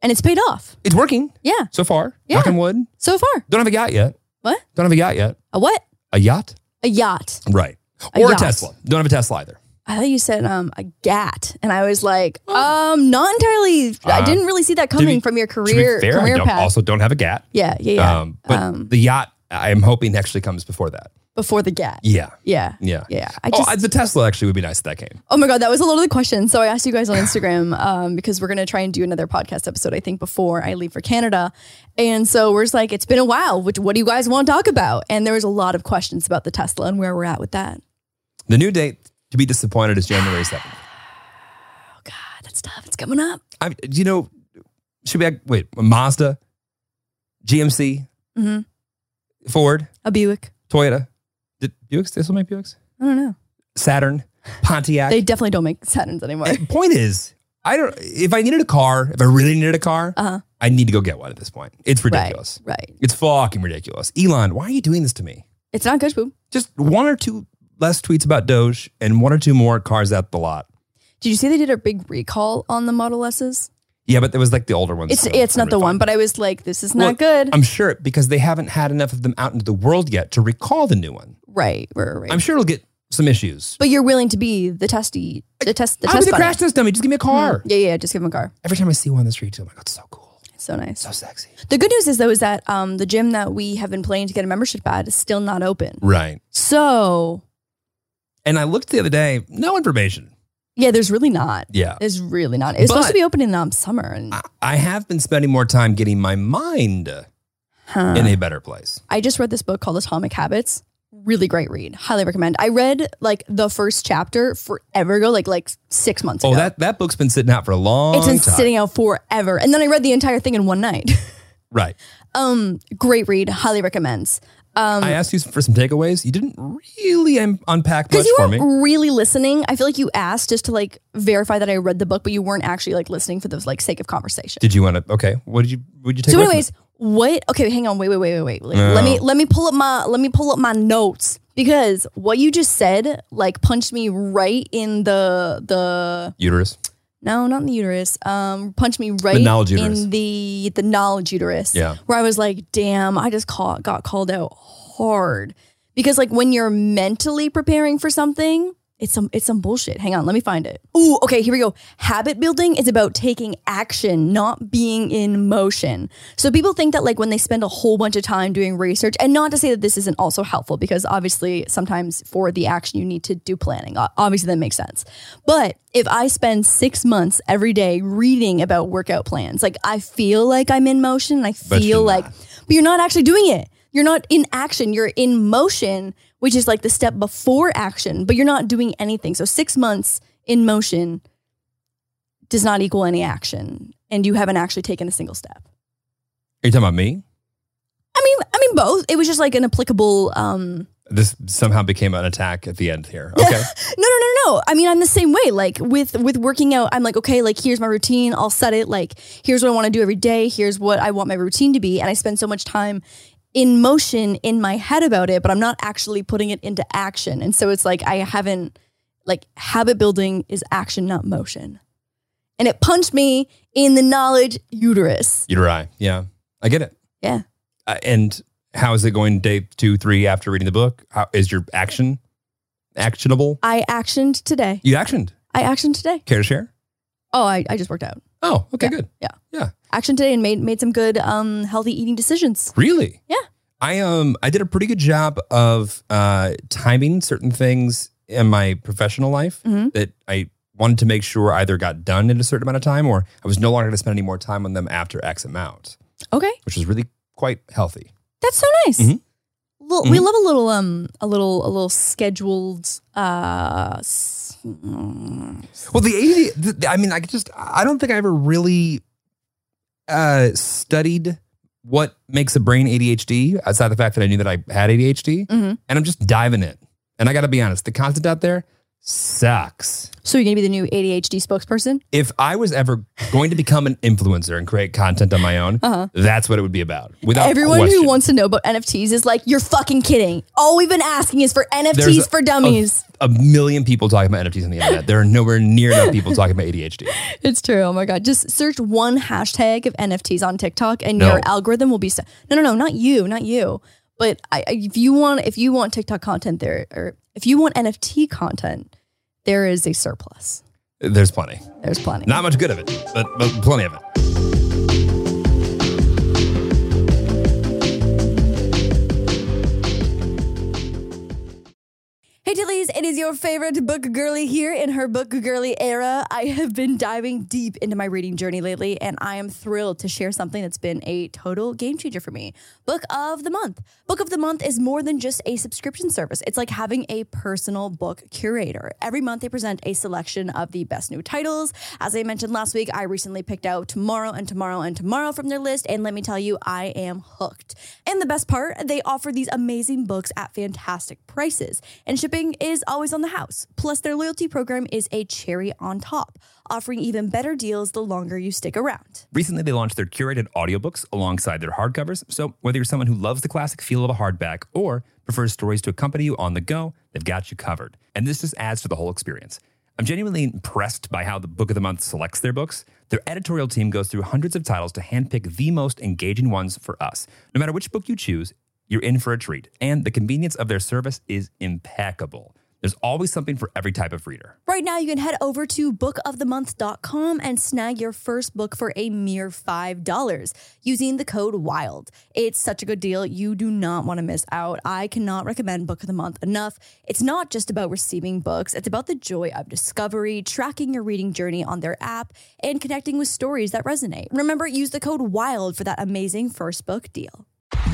D: And it's paid off.
C: It's working
D: Yeah,
C: so far.
D: Yeah.
C: Knock on wood.
D: so far.
C: Don't have a yacht yet.
D: What?
C: Don't have a yacht yet.
D: A what?
C: A yacht.
D: A yacht.
C: Right.
D: A
C: or
D: yacht.
C: a Tesla. Don't have a Tesla either.
D: I thought you said um, a gat. And I was like, um, not entirely. I
C: Uh,
D: didn't really see that
C: be-
D: coming from your
C: To be
D: career,
C: fair, I
D: career
C: don't-
D: path.
C: also don't have a GAT.
D: yeah, yeah, yeah.
C: Um, but
D: Um,
C: the yacht, I'm hoping actually comes before that.
D: Before the gat.
C: Yeah.
D: Yeah.
C: Yeah.
D: Yeah. I just,
C: oh, I- the Tesla actually would be nice if that came.
D: Oh my God, that was a lot of the questions. So I asked you guys on Instagram um, because we're going to try and do another podcast episode, I think, before I leave for Canada. And so we're just like, it's been a while. What, what do you guys want to talk about? And there was a lot of questions about the Tesla and where we're at with that.
C: The new date to be disappointed is January 7th.
D: Oh God, that stuff, it's coming up.
C: I, you know, should we, wait, Mazda, GMC,
D: hmm
C: Ford,
D: A Buick.
C: Toyota. Did Buicks, they still make Buicks?
D: I don't know.
C: Saturn, Pontiac.
D: They definitely don't make Saturns anymore.
C: And point is, I don't, if I needed a car, if I really needed a car,
D: Uh-huh.
C: I need to go get one at this point. It's ridiculous.
D: Right, right.
C: It's fucking ridiculous. Elon, why are you doing this to me?
D: It's not good, boob.
C: Just one or two less tweets about Doge and one or two more cars at the lot.
D: Did you see they did a big recall on the Model S's?
C: Yeah, but there was like the older ones.
D: It's
C: so
D: it's not the
C: really
D: one,
C: fun.
D: but I was like, this is
C: Well,
D: not good.
C: I'm sure because they haven't had enough of them out into the world yet to recall the new one.
D: right, right, right.
C: I'm sure it'll get some issues.
D: but you're willing to be the testy, the test, the
C: I'm
D: test.
C: the
D: bunny. Mm-hmm.
C: crash test dummy. Just give me a car.
D: Yeah, yeah, just give him a car.
C: Every time I see one on the street, too, I'm like, that's so cool,
D: So nice.
C: so sexy.
D: The good news is though is that um, the gym that we have been planning to get a membership at is still not open.
C: Right.
D: So
C: And I looked the other day, no information.
D: yeah, there's really not.
C: Yeah.
D: There's really not. It's supposed
C: But-
D: to be open in um, summer. And
C: I- I have been spending more time getting my mind
D: huh.
C: in a better place.
D: I just read this book called Atomic Habits. Really great read. Highly recommend. I read like the first chapter forever ago, like like six months
C: Oh,
D: ago.
C: that, that book's been sitting out for a long
D: it's been
C: time.
D: sitting out forever, and then I read the entire thing in one night.
C: right.
D: um, great read. Highly recommends. Um,
C: I asked you for some takeaways. You didn't really un- unpack much
D: because you
C: for me.
D: weren't really listening. I feel like you asked just to like verify that I read the book, but you weren't actually like listening for the like sake of conversation.
C: Did you want to? Okay. What did you? Would you take?
D: so,
C: away from
D: anyways, what? Okay, hang on. Wait, wait, wait, wait, wait. Let-
C: No.
D: Let me let me pull up my let me pull up my notes because what you just said like punched me right in the the
C: it? uterus?
D: no, not in the uterus. Um, punched me right
C: knowledge uterus.
D: in the the knowledge uterus.
C: Yeah.
D: where I was like, damn, I just caught, got called out hard because like when you're mentally preparing for something, it's some it's some bullshit. Hang on, let me find it. Ooh, okay, here we go. Habit building is about taking action, not being in motion. So people think that like when they spend a whole bunch of time doing research, and not to say that this isn't also helpful because obviously sometimes for the action you need to do planning. O- Obviously that makes sense. But if I spend six months every day reading about workout plans, like I feel like I'm in motion, and I
C: But
D: feel
C: you're
D: like,
C: not.
D: but you're not actually doing it. You're not in action. You're in motion, which is like the step before action, but you're not doing anything. So six months in motion does not equal any action, and you haven't actually taken a single step.
C: Are you talking about me?
D: I mean, I mean both. It was just like an applicable. Um,
C: This somehow became an attack at the end here. Okay.
D: no, no, no, no. I mean, I'm the same way. Like with with working out, I'm like, okay, like here's my routine. I'll set it. Like here's what I want to do every day. Here's what I want my routine to be. And I spend so much time in motion in my head about it, but I'm not actually putting it into action. And so it's like I haven't like habit building is action, not motion. And it punched me in the knowledge uterus.
C: You're right. Yeah. I get it.
D: Yeah.
C: Uh, and how is it going day two, three after reading the book? How, is your action actionable?
D: I actioned today.
C: You actioned.
D: I actioned today.
C: Care to share?
D: Oh, I, I just worked out.
C: Oh, okay, good.
D: yeah.
C: Yeah.
D: action today and made made some good um healthy eating decisions.
C: Really?
D: Yeah.
C: I um I did a pretty good job of uh timing certain things in my professional life
D: Mhm.
C: that I wanted to make sure either got done in a certain amount of time or I was no longer gonna spend any more time on them after X amount,
D: Okay,
C: which was really quite healthy.
D: that's so nice.
C: Mhm.
D: Well, we love a little um a little a little scheduled uh s- mm-hmm.
C: Well, the 80, th- I mean, I could just, I don't think I ever really uh, studied what makes a brain ADHD outside the fact that I knew that I had ADHD.
D: Mhm.
C: And I'm just diving in. And I got to be honest, the content out there sucks.
D: so you're going to be the new ADHD spokesperson?
C: If I was ever going to become an influencer and create content on my own,
D: Uh-huh.
C: that's what it would be about. Without
D: Everyone
C: question.
D: who wants to know about NFTs is like, you're fucking kidding. All we've been asking is for NFTs
C: There's a- oh.
D: for dummies.
C: a million people talking about NFTs on the internet. There are nowhere near enough people talking about ADHD.
D: It's true. Oh my god! Just search one hashtag of NFTs on TikTok, and
C: No.
D: your algorithm will be. St- no, no, no, not you, not you. But I, I- if you want, if you want TikTok content, there, or if you want NFT content, there is a surplus.
C: There's plenty.
D: There's plenty.
C: Not much good of it, but, but plenty of it.
D: Hey Tillies, it is your favorite book girly here in her book girly era. I have been diving deep into my reading journey lately, and I am thrilled to share something that's been a total game changer for me. Book of the Month. Book of the Month is more than just a subscription service, it's like having a personal book curator. Every month, they present a selection of the best new titles. As I mentioned last week, I recently picked out Tomorrow and Tomorrow and Tomorrow from their list, and let me tell you, I am hooked. And the best part, they offer these amazing books at fantastic prices, and shipping is always on the house. Plus, their loyalty program is a cherry on top, offering even better deals the longer you stick around.
C: Recently, they launched their curated audiobooks alongside their hardcovers. So, whether you're someone who loves the classic feel of a hardback or prefers stories to accompany you on the go, they've got you covered. And this just adds to the whole experience. I'm genuinely impressed by how the Book of the Month selects their books. Their editorial team goes through hundreds of titles to handpick the most engaging ones for us. No matter which book you choose, you're in for a treat. And the convenience of their service is impeccable. There's always something for every type of reader.
D: Right now, you can head over to bookofthemonth.com and snag your first book for a mere $5 using the code WILD. It's such a good deal. You do not want to miss out. I cannot recommend Book of the Month enough. It's not just about receiving books, it's about the joy of discovery, tracking your reading journey on their app, and connecting with stories that resonate. Remember, use the code WILD for that amazing first book deal.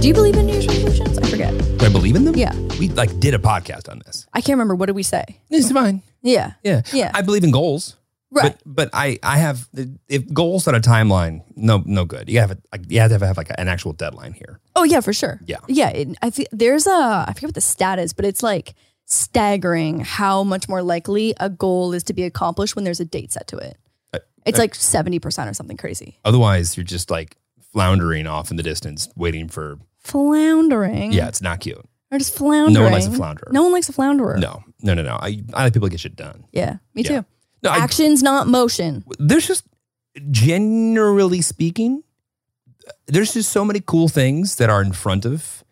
D: Do you believe in New Year's resolutions? I forget.
C: Do I believe in them?
D: Yeah.
C: We like did a podcast on this.
D: I can't remember. What did we say?
C: It's fine.
D: Yeah.
C: Yeah.
D: Yeah.
C: I believe in goals.
D: Right.
C: But but I I have if goals on a timeline, no no good. You have a, like you have to have, like an actual deadline here.
D: Oh yeah, for sure.
C: Yeah.
D: yeah. It, I feel there's a I forget what the stat is, but it's like staggering how much more likely a goal is to be accomplished when there's a date set to it. It's like seventy percent or something crazy.
C: Otherwise, you're just like floundering off in the distance, waiting for
D: Floundering.
C: yeah. It's not cute.
D: Or just floundering.
C: likes a flounderer.
D: No one likes a flounderer.
C: No no no no. I I like people to get shit done.
D: Yeah. Me
C: Yeah.
D: too.
C: No, I,
D: Actions, not motion.
C: there's just generally speaking, there's just so many cool things that are in front of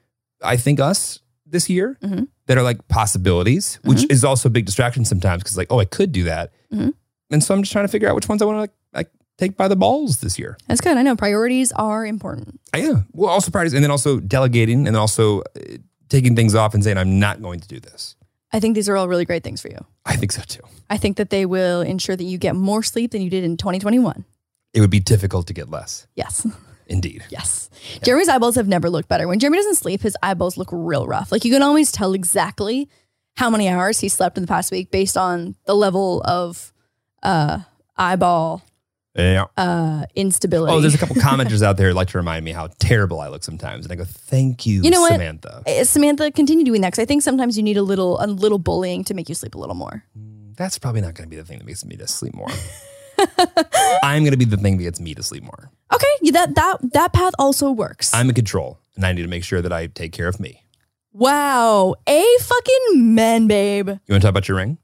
C: I think us this year
D: Mhm.
C: that are like possibilities, which is also a big distraction sometimes because like oh I could do that,
D: Mhm.
C: and so I'm just trying to figure out which ones I want to like, like take by the balls this year.
D: That's good. I know priorities are important.
C: Yeah, well also priorities and then also delegating and also uh, taking things off and saying I'm not going to do this.
D: I think these are all really great things for you.
C: I think so too.
D: I think that they will ensure that you get more sleep than you did in 2021.
C: It would be difficult to get less.
D: Yes.
C: Indeed.
D: Yes. Jeremy's eyeballs have never looked better. When Jeremy doesn't sleep, his eyeballs look real rough. Like you can always tell exactly how many hours he slept in the past week based on the level of uh, eyeball
C: Yeah.
D: uh, instability.
C: Oh, there's a couple commenters out there who like to remind me how terrible I look sometimes, and I go, "Thank you,
D: You know what?
C: Samantha."
D: Uh, Samantha, continue doing that because I think sometimes you need a little a little bullying to make you sleep a little more.
C: That's probably not going to be the thing that makes me to sleep more. I'm going to be the thing that gets me to sleep more.
D: Okay, yeah, that that that path also works.
C: I'm in control, and I need to make sure that I take care of me.
D: wow, a fucking man, babe.
C: You want to talk about your ring?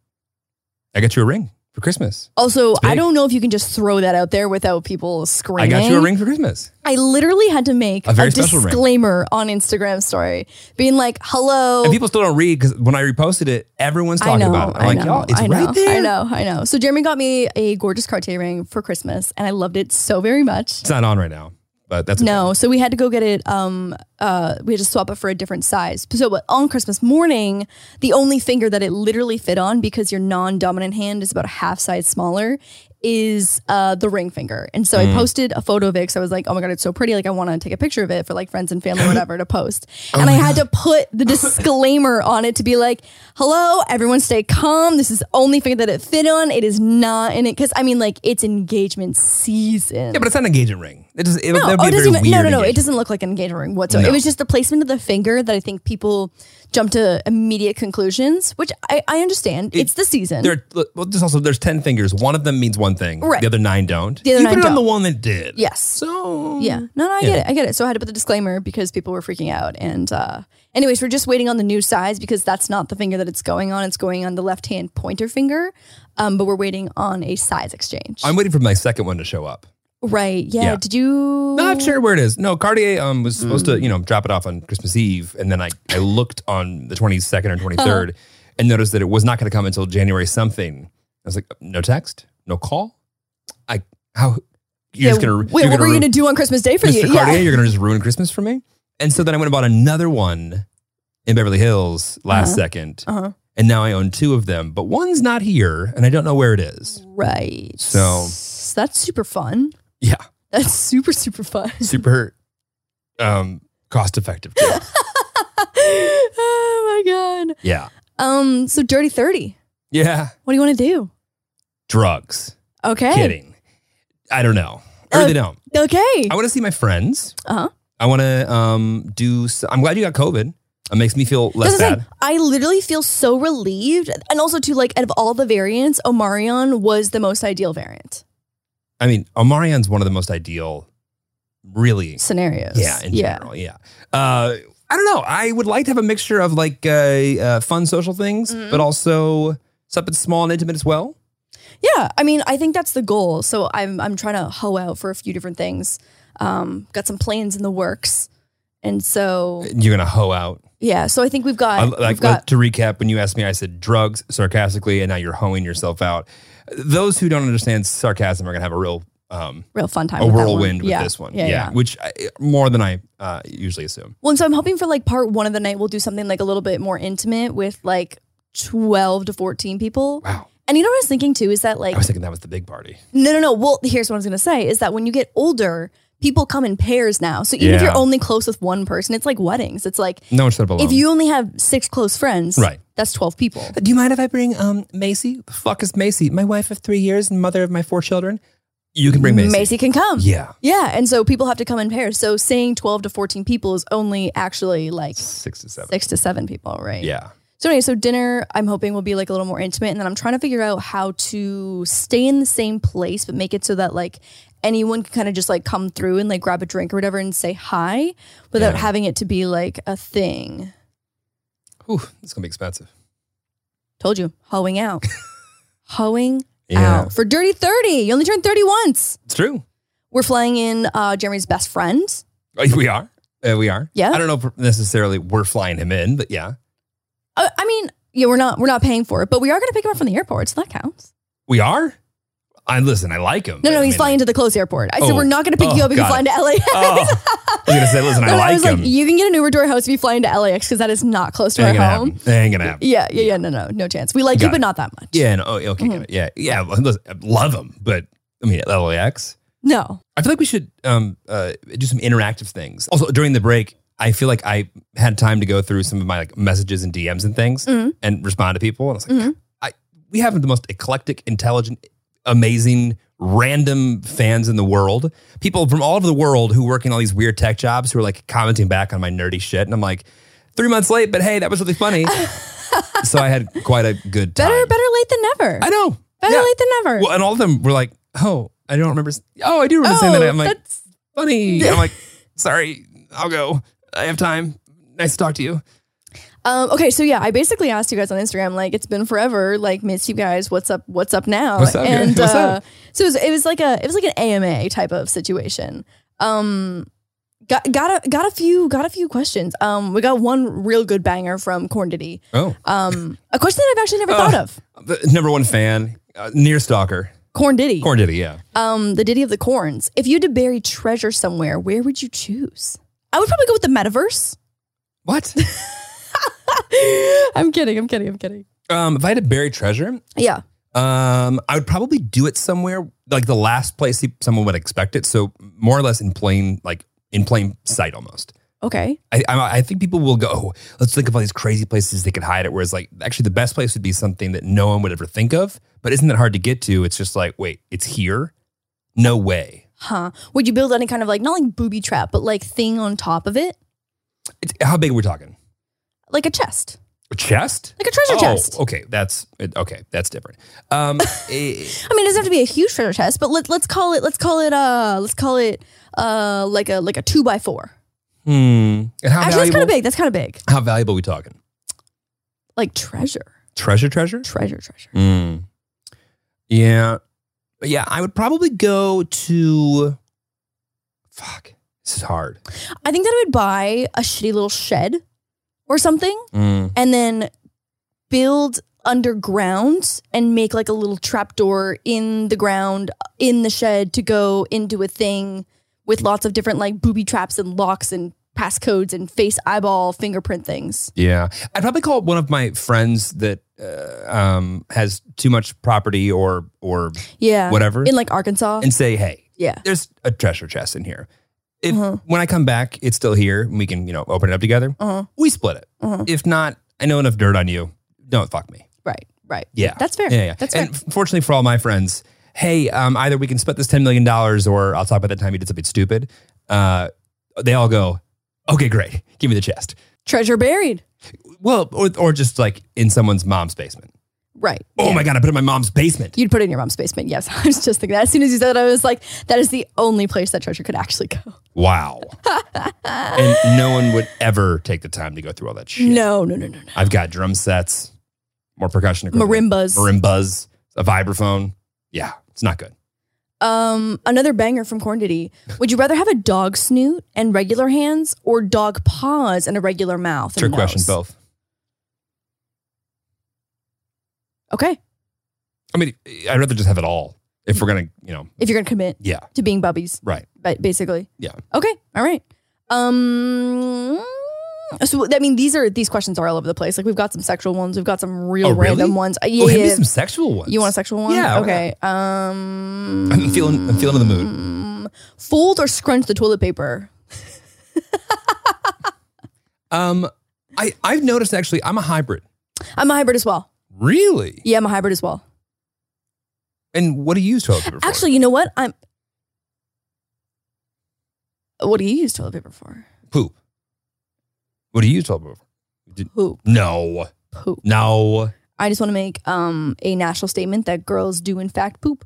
C: I got you a ring for Christmas.
D: Also,
C: big.
D: I don't know if you can just throw that out there without people
C: I
D: screaming.
C: got you a ring for Christmas.
D: I literally had to make
C: A
D: a,
C: very special ring.
D: disclaimer on Instagram story, being like, "Hello."
C: And people still don't read because when I reposted it, everyone's
D: Oh. I
C: talking
D: know,
C: about it. I'm
D: I
C: like,
D: know,
C: y'all, it's
D: I know,
C: right there.
D: I know, I know. So Jeremy got me a gorgeous Cartier ring for Christmas, and I loved it so very much.
C: It's not on right now, but that's okay.
D: No, so we had to go get it. Um, uh, we had to swap it for a different size. So, but on Christmas morning, the only finger that it literally fit on because your non-dominant hand is about a half size smaller is uh the ring finger. And
C: Mm.
D: so I posted a photo of it because I was like, oh my god, it's so pretty. Like I want to take a picture of it for like friends and family, or whatever, to post.
C: Oh
D: and I had to put the disclaimer on it to be like, hello, everyone, stay calm. This is the only finger that it fit on. It is not in it because I mean, like it's engagement season.
C: Yeah, but it's not an engagement ring. It doesn't. It,
D: No,
C: that
D: oh,
C: would be
D: it
C: a
D: doesn't
C: very
D: even,
C: weird.
D: no, no, no. It
C: engagement.
D: doesn't look like an engagement ring whatsoever.
C: No.
D: It was just the placement of the finger that I think people jump to immediate conclusions, which I, I understand.
C: It-
D: it's the season.
C: There, look, well, there's also there's ten fingers. One of them means one thing.
D: Right.
C: The other nine don't.
D: The other
C: you
D: nine
C: put it on
D: don't.
C: the one that did.
D: Yes.
C: So
D: yeah. No, no, I
C: Yeah.
D: get it. I get it. So I had to put the disclaimer because people were freaking out. And uh, anyways, we're just waiting on the new size because that's not the finger that it's going on. It's going on the left hand pointer finger. Um, but we're waiting on a size exchange.
C: I'm waiting for my second one to show up.
D: right. Yeah.
C: Yeah.
D: Did you?
C: Not sure where it is. No, Cartier um,
D: Mm.
C: was supposed to, you know, drop it off on Christmas Eve, and then I, I looked on the 22nd
D: Uh-huh.
C: or 23rd and noticed that it was not going to come until January something. I was like, no text, no call. I how you're
D: Yeah,
C: just gonna
D: wait,
C: you're
D: what
C: gonna
D: were you
C: ru-
D: going to do on Christmas Day for
C: Mr.
D: you?
C: Cartier,
D: Yeah.
C: you're gonna just ruin Christmas for me. And so then I went and bought another one in Beverly Hills last
D: Uh-huh.
C: 2nd
D: Uh-huh.
C: and now I own two of them, but one's not here, and I don't know where it is.
D: Right.
C: So-
D: that's super fun.
C: Yeah,
D: That's super, super fun.
C: super um, cost effective. Too.
D: oh my god.
C: yeah,
D: Um, so dirty thirty.
C: yeah,
D: What do you want to do?
C: drugs.
D: Okay.
C: Kidding. I don't know. I really
D: Uh,
C: don't.
D: Okay.
C: I want to see my friends.
D: Uh-huh.
C: I want to um, do. s I'm glad you got COVID. It makes me feel less
D: That's the
C: bad.
D: thing. I literally feel so relieved. And also too, like out of all the variants, Omarion was the most ideal variant
C: I mean, Omarion's one of the most ideal, really
D: scenarios.
C: Yeah, in general. Yeah. Uh, I don't know. I would like to have a mixture of like uh, uh, fun social things,
D: Mm-hmm.
C: but also something small and intimate as well.
D: Yeah. I mean, I think that's the goal. So I'm I'm trying to hoe out for a few different things. Um, got some plans in the works. And so
C: You're gonna hoe out.
D: yeah, so I think we've got
C: I, like,
D: we've
C: like,
D: got
C: to recap, when you asked me, I said drugs sarcastically, and now you're hoeing yourself out. Those who don't understand sarcasm are gonna have a real um,
D: real fun time.
C: a
D: with that one.
C: whirlwind with
D: Yeah,
C: this one.
D: Yeah. yeah.
C: which I, more than I uh, usually assume.
D: Well, and so I'm hoping for like part one of the night, we'll do something like a little bit more intimate with like 12 to 14 people.
C: Wow.
D: And you know what I was thinking too is that like,
C: I was thinking that was the big party.
D: no, no, no. Well, here's what I was going to say is that when you get older, people come in pairs now. So even if
C: Yeah.
D: you're only close with one person, it's like weddings. It's like,
C: No one should have alone.
D: if you only have six close friends,
C: Right.
D: that's 12 people.
C: Do you mind if I bring um Macy? The fuck is Macy? My wife of three years and mother of my four children. You can bring Macy.
D: can come.
C: Yeah.
D: Yeah. And so people have to come in pairs. So saying 12 to 14 people is only actually like
C: Six to seven.
D: six to seven people, right?
C: Yeah.
D: So anyway, so dinner I'm hoping will be like a little more intimate, and then I'm trying to figure out how to stay in the same place but make it so that like anyone can kind of just like come through and like grab a drink or whatever and say hi without
C: Yeah.
D: having it to be like a thing.
C: Ooh, it's gonna be expensive.
D: Told you, hoeing out, hoeing
C: Yeah.
D: out for dirty thirty. You only turn thirty once.
C: It's true.
D: We're flying in uh, Jeremy's best friend.
C: Uh, We are. Uh, we are.
D: Yeah.
C: I don't know if necessarily we're flying him in, but yeah,
D: Uh, I mean, yeah, we're not we're not paying for it, but we are going to pick him up from the airport, so that counts.
C: we are. I listen. I like him.
D: No, no,
C: I
D: he's
C: mean,
D: flying to the close airport. I
C: Oh.
D: said we're not going to pick you
C: Oh,
D: up if you
C: got
D: fly
C: it.
D: into LAX.
C: Oh. I was gonna say, listen, I
D: But
C: like
D: I was
C: him.
D: like, you can get an Uber to our house if you fly into LAX because that is not close to
C: ain't gonna
D: our home.
C: happen. Ain't gonna happen.
D: Yeah, yeah, yeah. No, no, no chance. We like
C: Got
D: you,
C: it.
D: but not that much.
C: Yeah. No, oh,
D: Mm-hmm.
C: okay. got it. Yeah. Yeah. well, Listen, I love him, but I mean, LAX.
D: No.
C: I feel like we should um, uh, do some interactive things. Also, during the break, I feel like I had time to go through some of my like messages and DMs and things
D: Mhm.
C: and respond to people. And I was like,
D: Mhm.
C: I, we have the most eclectic, intelligent, amazing, random fans in the world. People from all over the world who work in all these weird tech jobs who are like commenting back on my nerdy shit. And I'm like, three months late, but hey, that was really funny. so I had quite a good time.
D: Better better late than never.
C: I know.
D: better
C: Yeah.
D: late than never.
C: Well, and all of them were like, oh, I don't remember. s- Oh, I do remember saying that. I'm like,
D: that's-
C: funny. I'm like, sorry, I'll go. I have time. Nice to talk to you.
D: Um, okay, so yeah, I basically asked you guys on Instagram, like it's been forever, like miss you guys, what's up, what's up now?
C: What's up, guys?
D: and
C: What's
D: uh,
C: up?
D: so it was, it was like a it was like an AMA type of situation. Um, got got a got a few got a few questions. Um, we got one real good banger from Corn Diddy.
C: Oh,
D: Um, a question that I've actually never thought of.
C: the number one fan, uh, near stalker,
D: Corn Diddy.
C: Corn Diddy. Yeah,
D: Um, the Diddy of the Corns. If you had to bury treasure somewhere, where would you choose? I would probably go with the metaverse.
C: what?
D: I'm kidding. I'm kidding. I'm kidding.
C: um, if I had to bury treasure,
D: Yeah.
C: Um, I would probably do it somewhere like the last place he- someone would expect it. So more or less in plain like in plain sight almost.
D: Okay.
C: I, I, I think people will go. "Oh, let's think of all these crazy places they could hide it. Whereas like actually the best place would be something that no one would ever think of. But isn't that hard to get to? It's just like wait, it's here. No way.
D: Huh. Would you build any kind of like not like booby trap, but like thing on top of it?
C: It's, how big are we talking?
D: Like a chest.
C: A chest?
D: Like a treasure
C: oh,
D: chest.
C: Okay, that's okay. That's different. Um, eh,
D: I mean, it doesn't have to be a huge treasure chest, but let, let's call it let's call it uh let's call it uh like a like a two by four.
C: hmm. And how
D: Actually that's
C: valuable?
D: kinda big. That's kinda big.
C: How valuable are we talking?
D: Like treasure.
C: Treasure, treasure.
D: Treasure, treasure.
C: Mm. Yeah. But yeah, I would probably go to. Fuck. This is hard.
D: I think that I would buy a shitty little shed or something
C: Hmm,
D: and then build underground and make like a little trapdoor in the ground in the shed to go into a thing with lots of different like booby traps and locks and passcodes and face eyeball fingerprint things.
C: Yeah. I'd probably call one of my friends that uh, um, has too much property or or
D: Yeah.
C: whatever
D: In like Arkansas.
C: and say, hey,
D: yeah.
C: there's a treasure chest in here. If
D: Mhm.
C: when I come back, it's still here and we can, you know, open it up together,
D: Uh-huh.
C: we split it.
D: Mhm.
C: If not, I know enough dirt on you. Don't fuck me.
D: Right. Right.
C: Yeah.
D: That's fair.
C: Yeah, yeah.
D: That's fair.
C: and f- fortunately for all my friends, hey, um, either we can split this ten million dollars, or I'll talk about that time you did something stupid. Uh, they all go, okay, great, give me the chest.
D: Treasure buried.
C: Well, or or just like in someone's mom's basement.
D: Right.
C: Oh my god, I put it in my mom's basement.
D: You'd put it in your mom's basement. Yes. I was just thinking that. As soon as you said that, I was like, that is the only place that treasure could actually go.
C: Wow. and no one would ever take the time to go through all that shit.
D: No, no, no, no, no.
C: I've got drum sets, more percussion equipment,
D: Marimbas.
C: marimbas, a vibraphone. Yeah, it's not good.
D: Um, another banger from Corn Diddy. Would you rather have a dog snoot and regular hands or dog paws and a regular mouth? and
C: Trick question,
D: nose?
C: both.
D: Okay.
C: I mean, I'd rather just have it all if we're gonna, you know,
D: If you're going to commit
C: yeah,
D: to being bubbies,
C: right.
D: ba- basically.
C: Yeah.
D: Okay. All right. Um, so, I mean, these are, these questions are all over the place. Like we've got some sexual ones. We've got some real
C: Oh, really?
D: random ones. Uh, yeah.
C: Oh, hand me
D: yeah.
C: some sexual ones.
D: you want a sexual one?
C: Yeah, why
D: Okay. Um,
C: I'm feeling. I'm feeling in the mood.
D: mm, fold or scrunch the toilet paper. Mm.
C: Um, I I've noticed actually. I'm a hybrid.
D: I'm a hybrid as well.
C: Really?
D: Yeah. I'm a hybrid as well.
C: And what do you use toilet paper for?
D: Actually, you know what? I'm. What do you use toilet paper for?
C: poop. What do you use toilet paper for? Did-
D: Poop,
C: no,
D: poop.
C: no.
D: I just want to make um, a national statement that girls do in fact poop.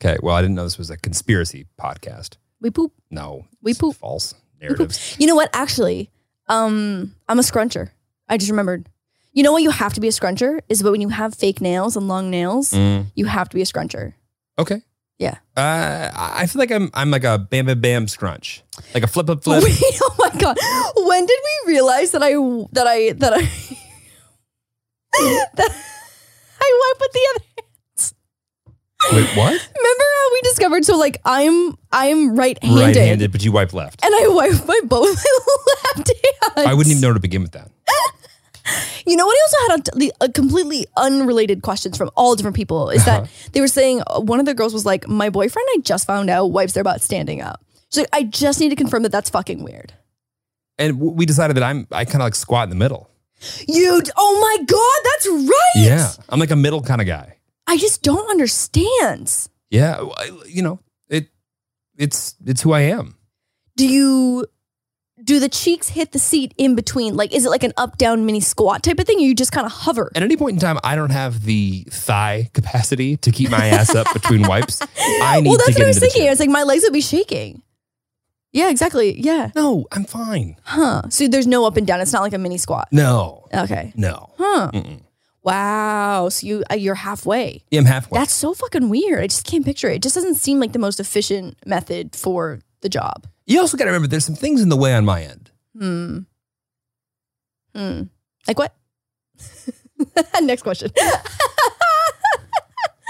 C: Okay. Well, I didn't know this was a conspiracy podcast.
D: We poop.
C: No,
D: We
C: it's
D: poop.
C: False
D: We poop.
C: narratives.
D: You know what? Actually, um, I'm a scruncher. I just remembered. You know what? You have to be a scruncher is, but when you have fake nails and long nails,
C: Mm,
D: you have to be a scruncher.
C: okay.
D: Yeah.
C: Uh, I I feel like I'm I'm like a bam bam bam scrunch, like a flip up flip.
D: Wait, oh my god! When did we realize that I that I that I that I wipe with the other?
C: Wait, what?
D: Remember how we discovered? So like I'm I'm right-handed,
C: Right handed, but you wipe left.
D: and I wipe by both my left hands.
C: I wouldn't even know where to begin with that.
D: You know what? I also had a, the- a completely unrelated questions from all different people. Is that
C: Uh-huh.
D: they were saying uh, one of the girls was like, "My boyfriend, I just found out, wipes their butt standing up." She's like, "I just need to confirm that that's fucking weird."
C: And w- we decided that I'm I kind of like squat in the middle.
D: You? d- Oh my god, that's right.
C: Yeah, I'm like a middle kind of guy.
D: I just don't understand.
C: Yeah, well, I- you know it. It's it's who I am.
D: Do you? Do the cheeks hit the seat in between? Like, is it like an up down mini squat type of thing? Or you just kind of hover?
C: At any point in time, I don't have the thigh capacity to keep my ass up between wipes. I need
D: well, that's
C: to get
D: what I was
C: into the
D: thinking.
C: gym.
D: It's like my legs would be shaking. Yeah, exactly. Yeah.
C: No, I'm fine.
D: Huh. So there's no up and down. It's not like a mini squat.
C: No,
D: Okay.
C: no.
D: Huh.
C: Mm-mm.
D: Wow. So you uh, you're halfway.
C: Yeah, I'm halfway.
D: That's so fucking weird. I just can't picture it. It just doesn't seem like the most efficient method for the job.
C: you also got to remember there's some things in the way on my end.
D: Hmm. Hmm. Like what? Next question.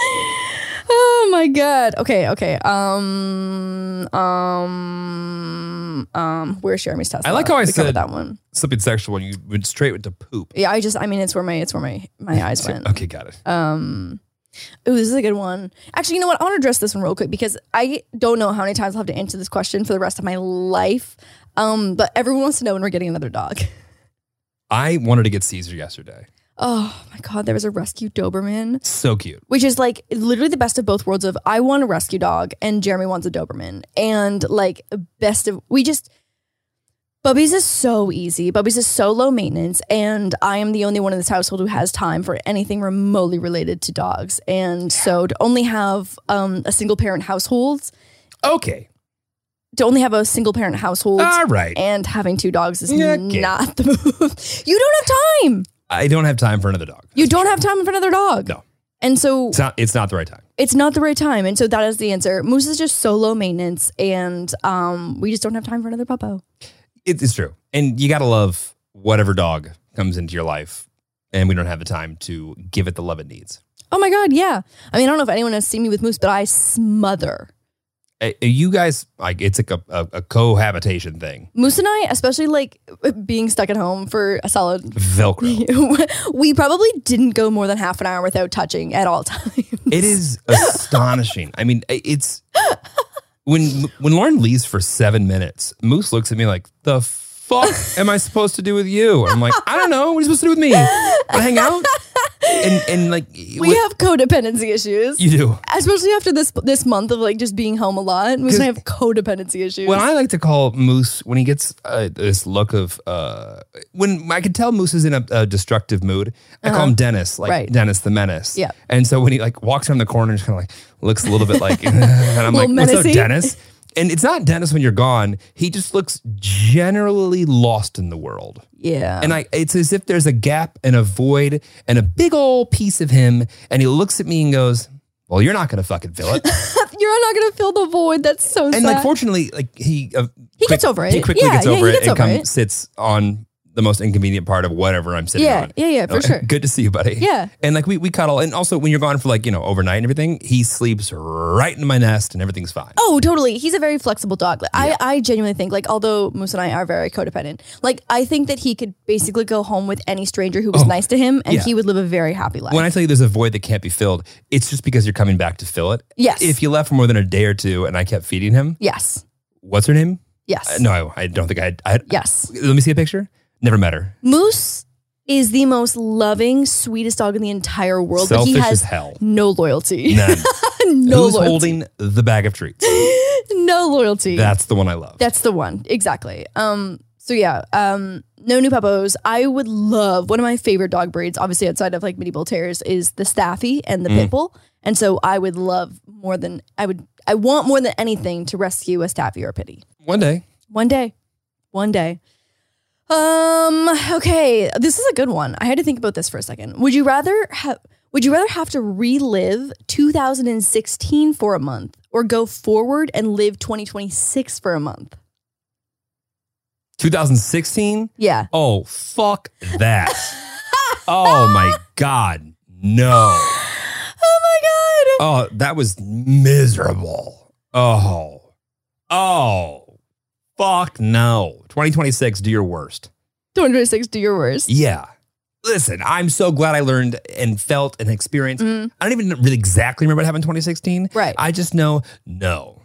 D: oh my god. Okay. Okay. Um. Um. Um. Where's Jeremy's test?
C: I like how I
D: We covered
C: said-
D: that one.
C: Something sexual, and you went straight with the poop.
D: Yeah. I just. I mean, it's where my. It's where my. My eyes went.
C: Okay, got it.
D: Um, ooh, this is a good one. Actually, you know what? I want to address this one real quick because I don't know how many times I'll have to answer this question for the rest of my life. Um, but everyone wants to know when we're getting another dog.
C: I wanted to get Caesar yesterday.
D: Oh my god, there was a rescue Doberman,
C: So cute.
D: which is like literally the best of both worlds. Of I want a rescue dog and Jeremy wants a Doberman, and like best of we just. Bubby's is so easy. Bubby's is so low maintenance, and I am the only one in this household who has time for anything remotely related to dogs. And so, to only have um, a single parent household,
C: Okay.
D: to only have a single parent household,
C: All right.
D: and having two dogs is
C: Okay.
D: not the move. You don't have time.
C: I don't have time for another dog.
D: You don't have time for another dog.
C: No.
D: And so
C: It's not. It's not the right time.
D: it's not the right time. And so that is the answer. Moose is just so low maintenance and um we just don't have time for another puppo.
C: It, it's true, and you gotta love whatever dog comes into your life, and we don't have the time to give it the love it needs.
D: Oh my god, yeah. I mean, I don't know if anyone has seen me with Moose, but I smother.
C: Uh, You guys, like, it's like a, a, a cohabitation thing.
D: Moose and I, especially like being stuck at home for a solid
C: Velcro.
D: we probably didn't go more than half an hour without touching at all times.
C: It is astonishing. I mean, i- it's when when Lauren leaves for seven minutes. Moose looks at me like, "The fuck am I supposed to do with you?" I'm like, "I don't know. What are you supposed to do with me? Wanna hang out?" And and like,
D: we
C: what-
D: have codependency issues.
C: you do.
D: Especially after this this month of like just being home a lot. Moose and I have codependency issues.
C: What I like to call Moose when he gets uh, this look of uh, when I could tell Moose is in a, a destructive mood. I call him Dennis, like
D: Uh-huh. Right.
C: Dennis the Menace.
D: Yeah.
C: And so when he like walks around the corner, and just kind of like looks a little bit like, and I'm like,
D: Little
C: what's
D: menacing."
C: up, Dennis? And it's not Dennis when you're gone. He just looks generally lost in the world.
D: yeah.
C: And I, it's as if there's a gap and a void and a big old piece of him. And he looks at me and goes, "Well, you're not gonna fucking fill it."
D: You're not gonna fill the void. That's so sad.
C: and like fortunately like he uh,
D: He gets over
C: he
D: it.
C: quickly
D: Yeah,
C: gets
D: yeah,
C: over it
D: he gets
C: and
D: over
C: comes
D: it.
C: sits on the most inconvenient part of whatever i'm sitting
D: yeah,
C: on
D: yeah, yeah, for sure.
C: good to see you buddy
D: Yeah.
C: and like we, we cuddle and also when you're gone for like you know overnight and everything he sleeps right in my nest and everything's fine
D: Oh, totally. He's a very flexible dog. Like, I, I genuinely think, like, although Moose and I are very codependent, like, I think that he could basically go home with any stranger who was
C: Oh,
D: nice to him and
C: yeah.
D: he would live a very happy life.
C: when i tell you there's a void that can't be filled it's just because you're coming back to fill it
D: Yes.
C: if you left for more than a day or two and i kept feeding him
D: yes.
C: what's her name
D: Yes.
C: Uh, no I, I don't think i had, I had
D: Yes.
C: let me see a picture never met her
D: Moose is the most loving, sweetest dog in the entire world,
C: selfish
D: but he
C: as
D: has
C: hell
D: no loyalty.
C: None.
D: no
C: who's
D: loyalty.
C: holding the bag of treats
D: no loyalty.
C: that's the one i love
D: That's the one. Exactly. Um, so yeah, um, no new puppos. I would love one of my favorite dog breeds, obviously outside of like medieval terriers, is the Staffy and the
C: Mm.
D: pit Pitbull. And so I would love more than I would I want more than anything to rescue a Staffy or a Pitty.
C: one day
D: One day. One day. Um, okay. This is a good one. I had to think about this for a second. Would you rather have would you rather have to relive 2016 for a month or go forward and live 2026 for a month?
C: 2016?
D: Yeah.
C: Oh, fuck that. oh my God. No.
D: Oh my god.
C: Oh, that was miserable. Oh. Oh. Fuck no. 2026, do your worst.
D: 206 do your worst.
C: Yeah. Listen, I'm so glad I learned and felt and experienced.
D: Mm.
C: I don't even really exactly remember what happened in 2016.
D: Right.
C: I just know no.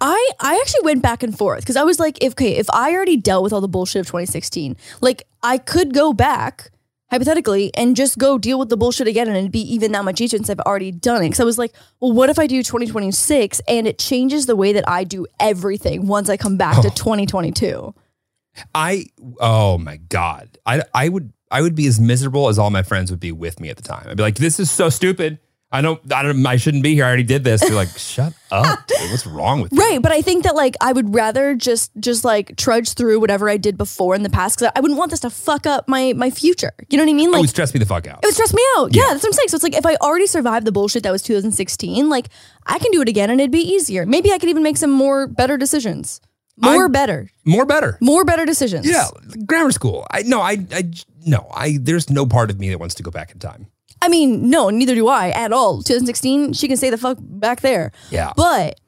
D: I I actually went back and forth because I was like, if, okay, if I already dealt with all the bullshit of 2016, like I could go back hypothetically and just go deal with the bullshit again and it'd be even that much easier since I've already done it. Because I was like, well, what if I do 2026 and it changes the way that I do everything once I come back to
C: Oh.
D: 2022?
C: I oh my god. I I would I would be as miserable as all my friends would be with me at the time. I'd be like, this is so stupid. I don't, I don't, I shouldn't be here. I already did this. You're like, shut up. Dude. What's wrong with you?
D: Right, but I think that like I would rather just just like trudge through whatever I did before in the past because I wouldn't want this to fuck up my my future. You know what I mean?
C: It
D: Like
C: would stress me the fuck out.
D: it would stress me out. Yeah. that's what I'm saying. So it's like if I already survived the bullshit that was 2016, like I can do it again and it'd be easier. Maybe I could even make some more better decisions. More
C: I'm-
D: better,
C: More better.
D: more better decisions.
C: Yeah, grammar school. I no, I, I no, I. There's no part of me that wants to go back in time.
D: I mean, no, neither do I at all. 2016, she can stay the fuck back there.
C: Yeah.
D: But,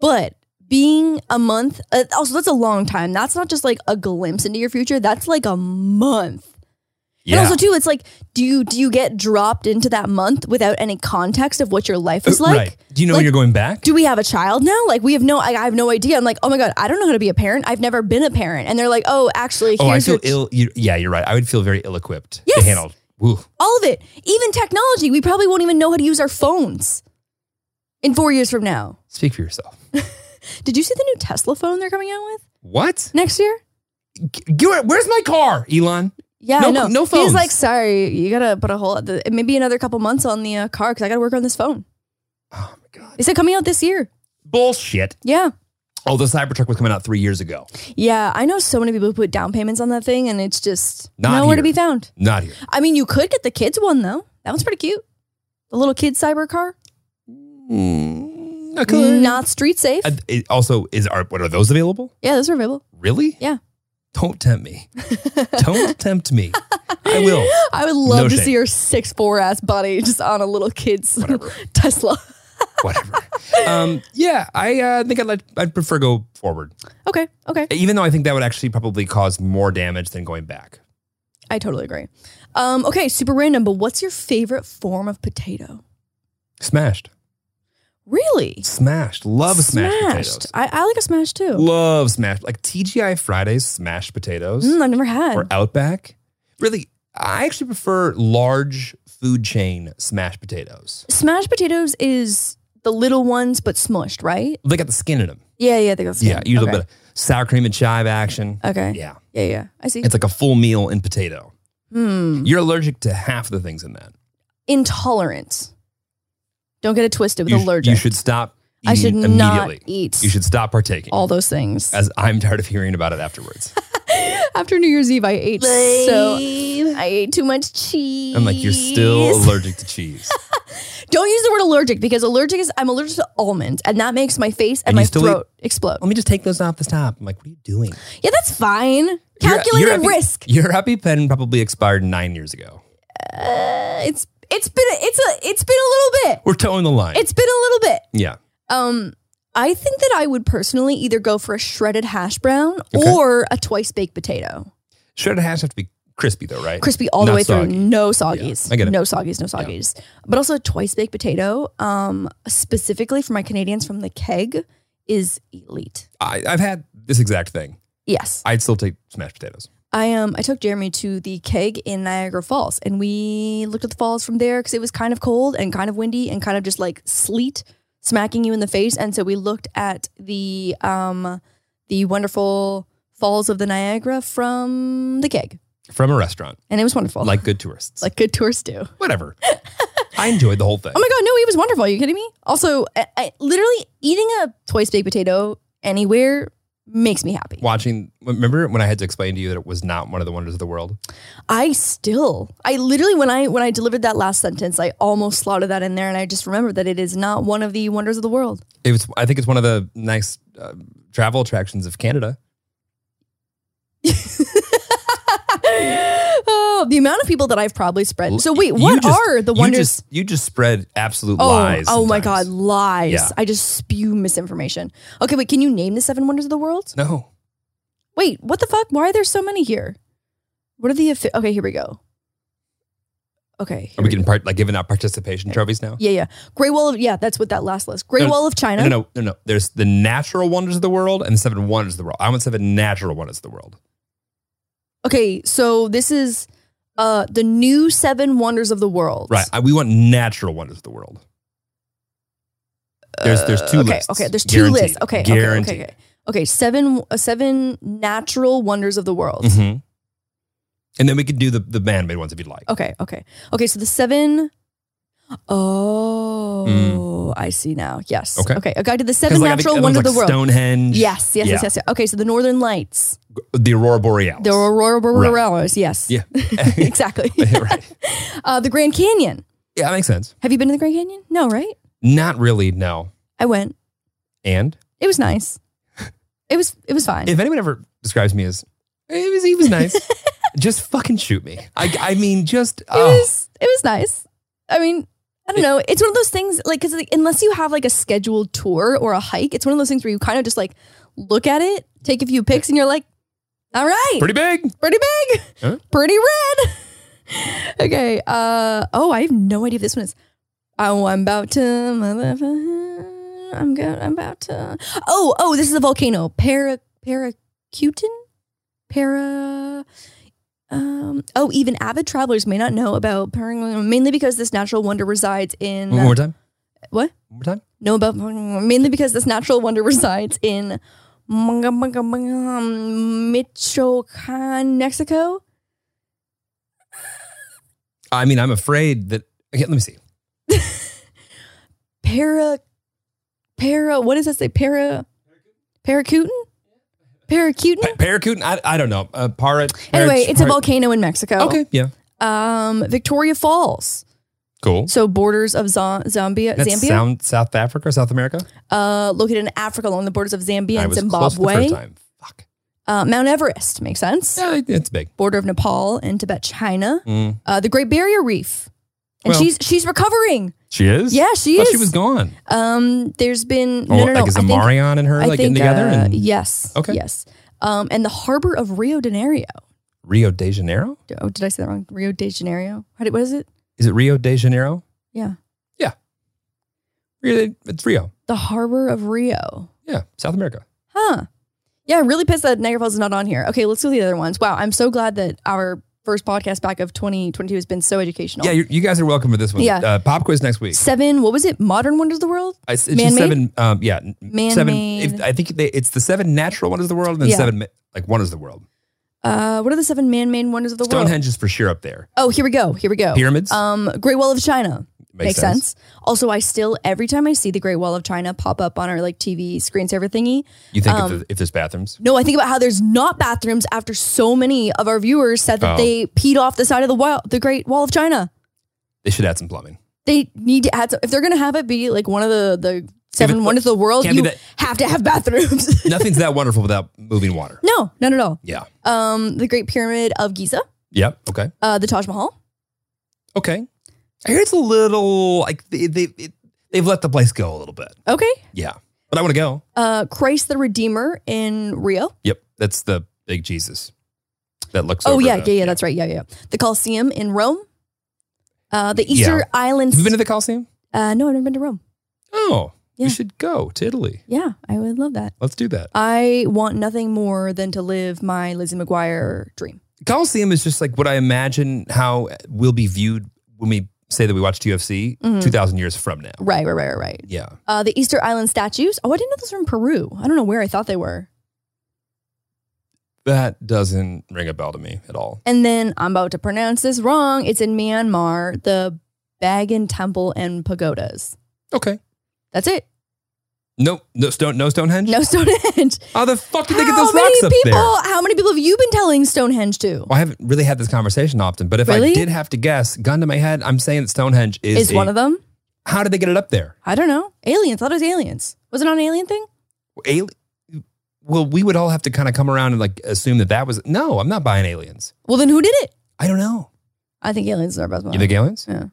D: but being a month, uh, also, that's a long time. That's not just like a glimpse into your future. That's like a month.
C: Yeah,
D: And also, too, it's like, do you do you get dropped into that month without any context of what your life is
C: Uh,
D: like?
C: right. Do you know
D: like,
C: when you're going back?
D: do we have a child now? Like, we have no, I, I have no idea. I'm like, oh my god, I don't know how to be a parent. I've never been a parent. And they're like, oh, actually,
C: oh, I
D: here's
C: feel
D: your ch-
C: ill. You, yeah, you're right. I would feel very ill-equipped
D: Yes.
C: to handle. Woo.
D: all of it, even technology. We probably won't even know how to use our phones in four years from now.
C: Speak for yourself.
D: Did you see the new Tesla phone they're coming out with
C: What?
D: next year?
C: G- where's my car, Elon?
D: Yeah,
C: No-
D: I know.
C: no
D: He's
C: phones.
D: like, sorry, you gotta put a whole the, maybe another couple months on the uh, car because I gotta work on this phone.
C: Oh my god.
D: They said coming out this year.
C: Bullshit.
D: Yeah,
C: Oh, the Cybertruck was coming out three years ago.
D: yeah. I know so many people who put down payments on that thing, and it's just
C: Not
D: nowhere to
C: here.
D: be found.
C: Not here.
D: I mean, you could get the kids one though. That one's pretty cute. The little kid cyber car, not street safe.
C: Uh, it- also, is are what are those available?
D: yeah, those are available.
C: Really?
D: Yeah.
C: Don't tempt me. Don't tempt me. I will.
D: I would love
C: No
D: to
C: shame.
D: see your six four ass body just on a little kid's Tesla.
C: Whatever. Um, yeah, I uh, think I'd, like, I'd prefer go forward,
D: Okay, okay.
C: even though I think that would actually probably cause more damage than going back.
D: I totally agree. Um, okay, super random, but what's your favorite form of potato?
C: Smashed.
D: Really?
C: Smashed. Love smashed, potatoes.
D: I, I like a smash too.
C: Love smashed. Like TGI Fridays, smashed potatoes.
D: Mm, I've never had.
C: or Outback. Really, I actually prefer large food chain smashed potatoes.
D: Smashed potatoes is the little ones but smushed, right?
C: They got the skin in them.
D: Yeah, yeah, I think that's
C: Yeah,
D: good.
C: usually
D: okay.
C: a bit of sour cream and chive action.
D: Okay. Yeah.
C: Yeah,
D: yeah, I see.
C: it's like a full meal in potato.
D: Hmm.
C: You're allergic to half the things in that.
D: Intolerant. Don't get it twisted with
C: You, sh-
D: allergic.
C: you should stop. Eating
D: I should
C: immediately.
D: not eat
C: You should stop partaking.
D: all those things.
C: as I'm tired of hearing about it afterwards.
D: After New Year's Eve, I ate so I ate too much cheese.
C: I'm like, you're still allergic to cheese,
D: Don't use the word allergic because allergic is I'm allergic to almonds, and that makes my face and,
C: And you
D: my
C: still
D: throat explode.
C: Let me just take those off the top. I'm like, what are you doing?
D: Yeah, that's fine.
C: Your-
D: Calculated
C: your epi-
D: risk.
C: Your happy pen probably expired nine years ago.
D: Uh, it's it's been a- it's a it's been a little bit.
C: We're towing the line.
D: It's been a little bit.
C: yeah.
D: Um, I think that I would personally either go for a shredded hash brown
C: Okay.
D: or a twice baked potato,
C: Shredded hash have to be crispy though, right?
D: crispy all the
C: Not
D: way
C: soggy.
D: through, no soggies,
C: Yeah, I get it.
D: no soggies, no soggies. But also a twice baked potato, um, specifically for my Canadians from the keg, is elite.
C: I, I've had this exact thing.
D: Yes.
C: I'd still take smashed potatoes.
D: I um I took Jeremy to the keg in Niagara Falls and we looked at the falls from there because it was kind of cold and kind of windy and kind of just like sleet smacking you in the face and so we looked at the um the wonderful falls of the Niagara from the keg
C: From a restaurant,
D: and it was wonderful
C: like good tourists.
D: like good tours do.
C: whatever. I enjoyed the whole thing.
D: Oh my god, no, it was wonderful. Are you kidding me? Also, I, I, literally eating a twice baked potato anywhere makes me happy.
C: Watching, remember when I had to explain to you that it was not one of the wonders of the world?
D: I still, I literally, when I when I delivered that last sentence, I almost slotted that in there, and I just remembered that it is not one of the wonders of the world.
C: It was. I think it's one of the nice uh, travel attractions of Canada.
D: oh, the amount of people that I've probably spread. So wait,
C: You
D: what
C: just-
D: are the
C: you
D: wonders?
C: just- You just, spread absolute
D: oh,
C: lies.
D: oh my God,
C: sometimes.
D: lies!
C: Yeah.
D: I just spew misinformation. Okay, wait, can you name the seven wonders of the world?
C: No,
D: Wait, what the fuck? Why are there so many here? What are the affi- okay? Here we go. Okay,
C: are
D: here
C: we
D: we
C: getting part like giving out participation trophies now?
D: yeah, yeah, Great Wall of yeah, that's what that last list. Great
C: No,
D: Wall of China.
C: No, no, no, no. There's the natural wonders of the world and the seven wonders of the world. I want seven natural wonders of the world.
D: Okay, so this is uh the new seven wonders of the world.
C: Right. I, we want natural wonders of the world. There's there's two
D: Uh, okay,
C: lists.
D: okay. There's two
C: Guaranteed.
D: lists. Okay, okay,
C: Guaranteed.
D: okay, okay. Okay, seven uh, seven natural wonders of the world.
C: Mhm. And then we could do the the man made ones if you'd like.
D: Okay, okay. Okay, so the seven Oh, I see now. Yes.
C: Mm. Okay.
D: Okay. A guide to the
C: Because
D: seven
C: like, I
D: natural
C: think
D: wonders of
C: everyone's
D: the
C: like
D: world.
C: Stonehenge.
D: Yes, yes,
C: Yeah.
D: yes, yes, yes. Okay, so the Northern Lights,
C: The Aurora Borealis.
D: the Aurora Borealis. Yes.
C: Yeah.
D: exactly.
C: right.
D: Uh, the Grand Canyon.
C: Yeah, that makes sense.
D: Have you been to the Grand Canyon? No, right?
C: Not really, no.
D: I went.
C: And
D: It was nice. It was. It was fine.
C: if anyone ever describes me as "Eh, he was, he was nice, just fucking shoot me. I, I mean, just
D: it
C: oh,
D: was it was nice. I mean, I don't know. It's one of those things like because like, unless you have like a scheduled tour or a hike, it's one of those things where you kind of just like look at it, take a few pics, and you're like, all right, pretty,
C: oh, pretty big.
D: big,
C: Huh?
D: pretty red. okay. Uh oh, I have no idea if this one is. Oh, I'm about to. motherfucker, I'm go. I'm about to. Oh, oh, this is a volcano. Para Paracutin. Para. Um, oh, even avid travelers may not know about Parang, mainly because this natural wonder resides in
C: One more time.
D: what?
C: One more time.
D: No, about mainly because this natural wonder resides in Manga Manga Manga um, Michoacan, Mexico.
C: I mean, I'm afraid that. Okay, let me see.
D: Para, para. What does that say? Para, paracutin, paracutin.
C: Pa- Paracutin? I, I don't know. Uh, parrot.
D: Anyway,
C: parrots-
D: it's a
C: parrot-
D: volcano in Mexico.
C: Okay, yeah,
D: Um, Victoria Falls.
C: cool.
D: So borders of Zo- Zambia,
C: That's
D: Zambia.
C: sound South Africa, South America.
D: uh, located in Africa along the borders of Zambia
C: I
D: and
C: was close the
D: Zimbabwe.
C: first time. Fuck.
D: Uh, Mount Everest makes sense.
C: Yeah, it- it's big.
D: Border of Nepal and Tibet, China.
C: Mm.
D: Uh, the Great Barrier Reef, and
C: Well-
D: she's she's recovering.
C: She is.
D: Yeah, she
C: Thought
D: is.
C: She was gone.
D: Um, there's been
C: Oh,
D: no, no, no.
C: like is
D: I think-
C: Amarion and her
D: I
C: like getting
D: think,
C: together
D: uh,
C: and
D: yes.
C: Okay.
D: Yes. Um, and the harbor of Rio de Janeiro.
C: Rio de Janeiro?
D: Oh, did I say that wrong? Rio de Janeiro. How did, what is it?
C: Is it Rio de Janeiro?
D: Yeah.
C: Rio de- It's Rio.
D: The harbor of Rio.
C: Yeah, South America.
D: Huh. Yeah, I'm really pissed that Niagara Falls is not on here. Okay, let's go to the other ones. Wow, I'm so glad that our first podcast back of 2022 has been so educational.
C: Yeah, you, you guys are welcome for this one.
D: Yeah.
C: Uh, pop quiz next week.
D: Seven, what was it? Modern Wonders of the World?
C: I- It's, it's just
D: Man-made?
C: seven. Um, yeah, n- seven.
D: Man-made.
C: If, I think they, it's the seven natural wonders of the world, and then
D: Yeah.
C: seven ma- like wonders of the world.
D: Uh, what are the seven man-made wonders of the world?
C: Stonehenge is for sure up there.
D: Oh, here we go. Here we go.
C: Pyramids?
D: Um, Great Wall of China. Makes, sense. Also, I still every time I see the Great Wall of China pop up on our like TV screensaver thingy.
C: You think
D: Um,
C: if, the, if there's bathrooms?
D: No, I think about how there's not bathrooms after so many of our viewers said that
C: Oh.
D: they peed off the side of the wall, the Great Wall of China.
C: They should add some plumbing.
D: They need to add some, if they're gonna have it be like one of the the seven
C: but-
D: wonders of the world.
C: can't be
D: You
C: that-
D: have to have bathrooms.
C: Nothing's that wonderful without moving water.
D: no, not at all.
C: Yeah.
D: Um, the Great Pyramid of Giza,
C: Yep. Okay.
D: uh, the Taj Mahal.
C: Okay. I hear it's a little like they, they it, they've let the place go a little bit.
D: Okay.
C: Yeah. But I want to go.
D: Uh, Christ the Redeemer in Rio.
C: Yep, that's the big Jesus that looks.
D: Oh
C: over
D: yeah,
C: the-
D: yeah, yeah, that's right. Yeah, yeah. The Colosseum in Rome. Uh, the Easter
C: Yeah.
D: Island.
C: Have you been to the Coliseum?
D: uh, no, I've never been to Rome.
C: Oh,
D: Yeah.
C: we should go to Italy.
D: Yeah, I would love that.
C: Let's do that.
D: I want nothing more than to live my Lizzie McGuire dream.
C: Coliseum is just like what I imagine how we'll be viewed when we say that we watched UFC
D: Mhm.
C: two thousand years from now.
D: Right, right, right, right, right.
C: Yeah,
D: Uh, the Easter Island statues. Oh, I didn't know those were in Peru. I don't know where I thought they were.
C: that doesn't ring a bell to me at all.
D: And then I'm about to pronounce this wrong. It's in Myanmar. The Bagan Temple and pagodas.
C: Okay.
D: That's it.
C: No, no stone, no Stonehenge.
D: No Stonehenge.
C: How the fuck did they get
D: How
C: those rocks up
D: many people?
C: there?
D: How many people have you been telling Stonehenge to?
C: Well, I haven't really had this conversation often, but if I
D: Really?
C: did have to guess, gun to my head, I'm saying that Stonehenge is,
D: Is one of them?
C: How did they get it up there?
D: I don't know. Aliens. I thought it was aliens. Was it on alien thing?
C: Ali- well, we would all have to kind of come around and like assume that that was no. I'm not buying aliens.
D: Well, then who did it?
C: I don't know.
D: I think aliens is our best one.
C: You think aliens?
D: Yeah.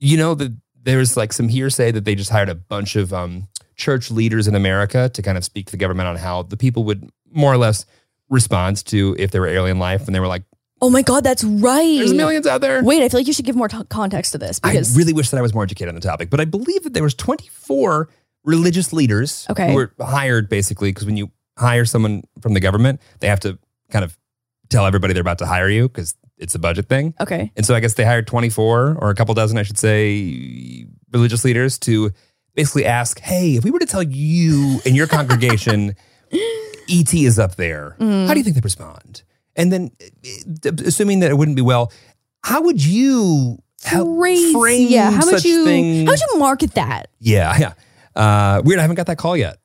C: You know that there's like some hearsay that they just hired a bunch of um, church leaders in America to kind of speak to the government on how the people would more or less respond to if there were alien life, and they were like,
D: oh my God, that's right.
C: "There's millions out there."
D: Wait, I feel like you should give more t- context to this
C: I
D: because
C: really wish that I was more educated on the topic, but I believe that there was 24 religious leaders
D: Okay.
C: who were hired basically because when you hire someone from the government, they have to kind of tell everybody they're about to hire you because it's a budget thing.
D: okay,
C: And so I guess they hired 24 or a couple dozen, I should say, religious leaders to basically ask, hey, if we were to tell you and your congregation ET is up there, how do you think uh, they'd respond? And then eh, eh, assuming that it wouldn't be well, how would you
D: crazy.
C: frame
D: yeah, how would
C: such
D: you
C: thing-
D: how would you market that,
C: Yeah, yeah. Uh, weird. I haven't got that call yet.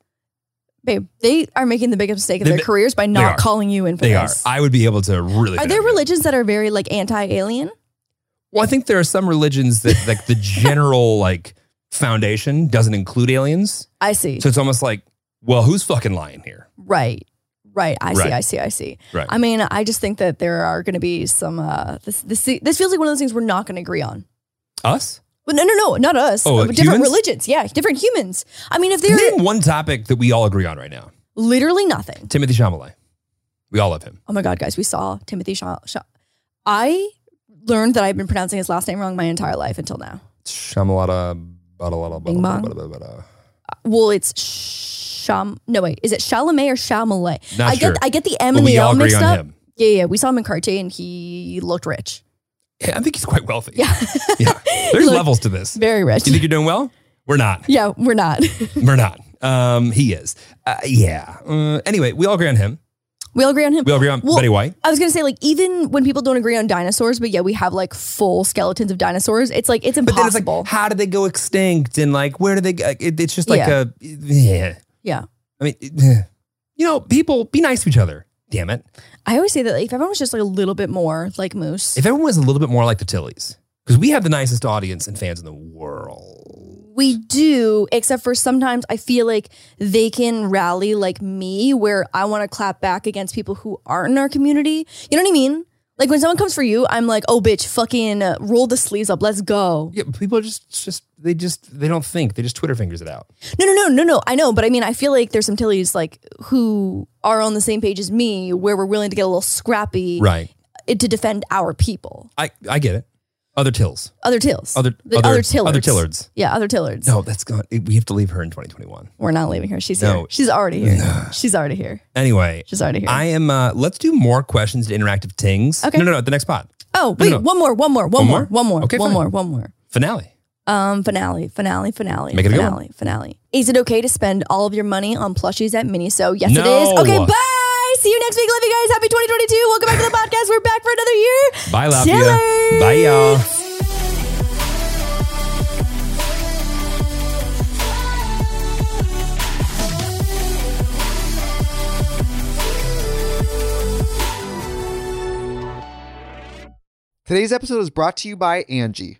D: babe? They are making the biggest mistake of
C: They-
D: their careers by
C: they are.
D: not calling you in for
C: They are.
D: this.
C: I would be able to really.
D: Are
C: fit
D: there
C: in here.
D: religions that are very like anti-alien?
C: Well, I think there are some religions that like the general like foundation doesn't include aliens,
D: I see.
C: so it's almost like, well, who's fucking lying here?
D: Right. Right. I
C: Right.
D: see. I see. I see.
C: Right.
D: I mean, I just think that there are going to be some. Uh, this this this feels like one of those things we're not going to agree on.
C: Us?
D: But no, no, no, not us.
C: Oh,
D: Uh,
C: like
D: different
C: humans?
D: religions. Yeah, different humans. I mean, if they're
C: Name one topic that we all agree on right now.
D: literally nothing.
C: Timothy Chalamet. We all love him.
D: Oh my god, guys, we saw Timothy Shaw. Shaw. I learned that I've been pronouncing his last name wrong my entire life until now.
C: Shamalata. bada, bada, bada,
D: Bing
C: bada,
D: bong.
C: bada, bada, bada.
D: Well, it's Sham. No, wait, is it Chalamet or Chalamet?
C: Not
D: I
C: sure.
D: get I get the M
C: But
D: and
C: we
D: the
C: all
D: L
C: agree
D: mixed
C: on
D: up.
C: him.
D: Yeah, yeah. We saw him in Cartier, and he looked rich.
C: Yeah, I think he's quite wealthy.
D: Yeah,
C: Yeah. There's
D: Look-
C: levels to this.
D: very rich.
C: You think you're doing well? We're not.
D: Yeah, we're not.
C: We're not. Um, he is. Uh, yeah. Uh, anyway, we all agree on him.
D: we all agree on him.
C: We all agree on
D: Well,
C: Betty White.
D: I was gonna say like even when people don't agree on dinosaurs, but yeah, we have like full skeletons of dinosaurs. It's like it's
C: But
D: impossible.
C: then it's like, how did they go extinct? And like, where do they? go? It, it's just like
D: Yeah.
C: a yeah.
D: yeah,
C: I mean, eh. you know, people be nice to each other. Damn it!
D: I always say that like, if everyone was just like a little bit more like Moose,
C: If everyone was a little bit more like the Tillys, because we have the nicest audience and fans in the world.
D: we do. Except for sometimes I feel like they can rally like me, where I want to clap back against people who aren't in our community. You know what I mean? Like when someone comes for you, I'm like, oh bitch, fucking uh, roll the sleeves up, let's go.
C: Yeah, people are just it's just they just they don't think they just Twitter fingers it out.
D: No, no, no, no, no. I know, but I mean, I feel like there's some Tillys like who are on the same page as me, where we're willing to get a little scrappy,
C: Right.
D: it- to defend our people.
C: I I get it. Other Tills.
D: Other Tills.
C: Other
D: the
C: other
D: other Tillards.
C: Other Tillards.
D: Yeah, other Tillards.
C: No, that's gone. We have to leave her in 2021.
D: We're not leaving her. She's
C: No.
D: here. She's already here. She's already here.
C: Anyway,
D: She's already here.
C: I am. Uh, let's do more questions to interactive things.
D: Okay.
C: No, no, no. The next pod
D: oh, wait,
C: no.
D: one more, one more, one,
C: One
D: more,
C: more?
D: one more,
C: Okay,
D: one
C: fine.
D: more, one more.
C: finale.
D: Um, finale, finale, finale,
C: Make it a good one.
D: finale, finale. Is it okay to spend all of your money on plushies at Miniso? Yes, it
C: No.
D: is. Okay, bye. See you next week. Love you guys. Happy 2022. Welcome back to the podcast. We're back for another year.
C: Bye, Lapia.
D: Tillers.
C: Bye, y'all.
A: Today's episode is brought to you by Angie.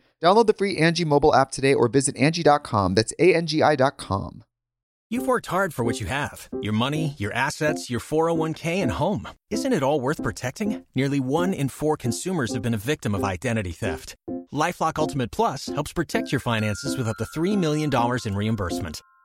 A: Download the free Angie mobile app today or visit Angie.com. That's A-N-G-I dot com.
G: You've worked hard for what you have your money, your assets, your 401k, and home. Isn't it all worth protecting? Nearly one in four consumers have been a victim of identity theft. Lifelock Ultimate Plus helps protect your finances with up to $3 million in reimbursement.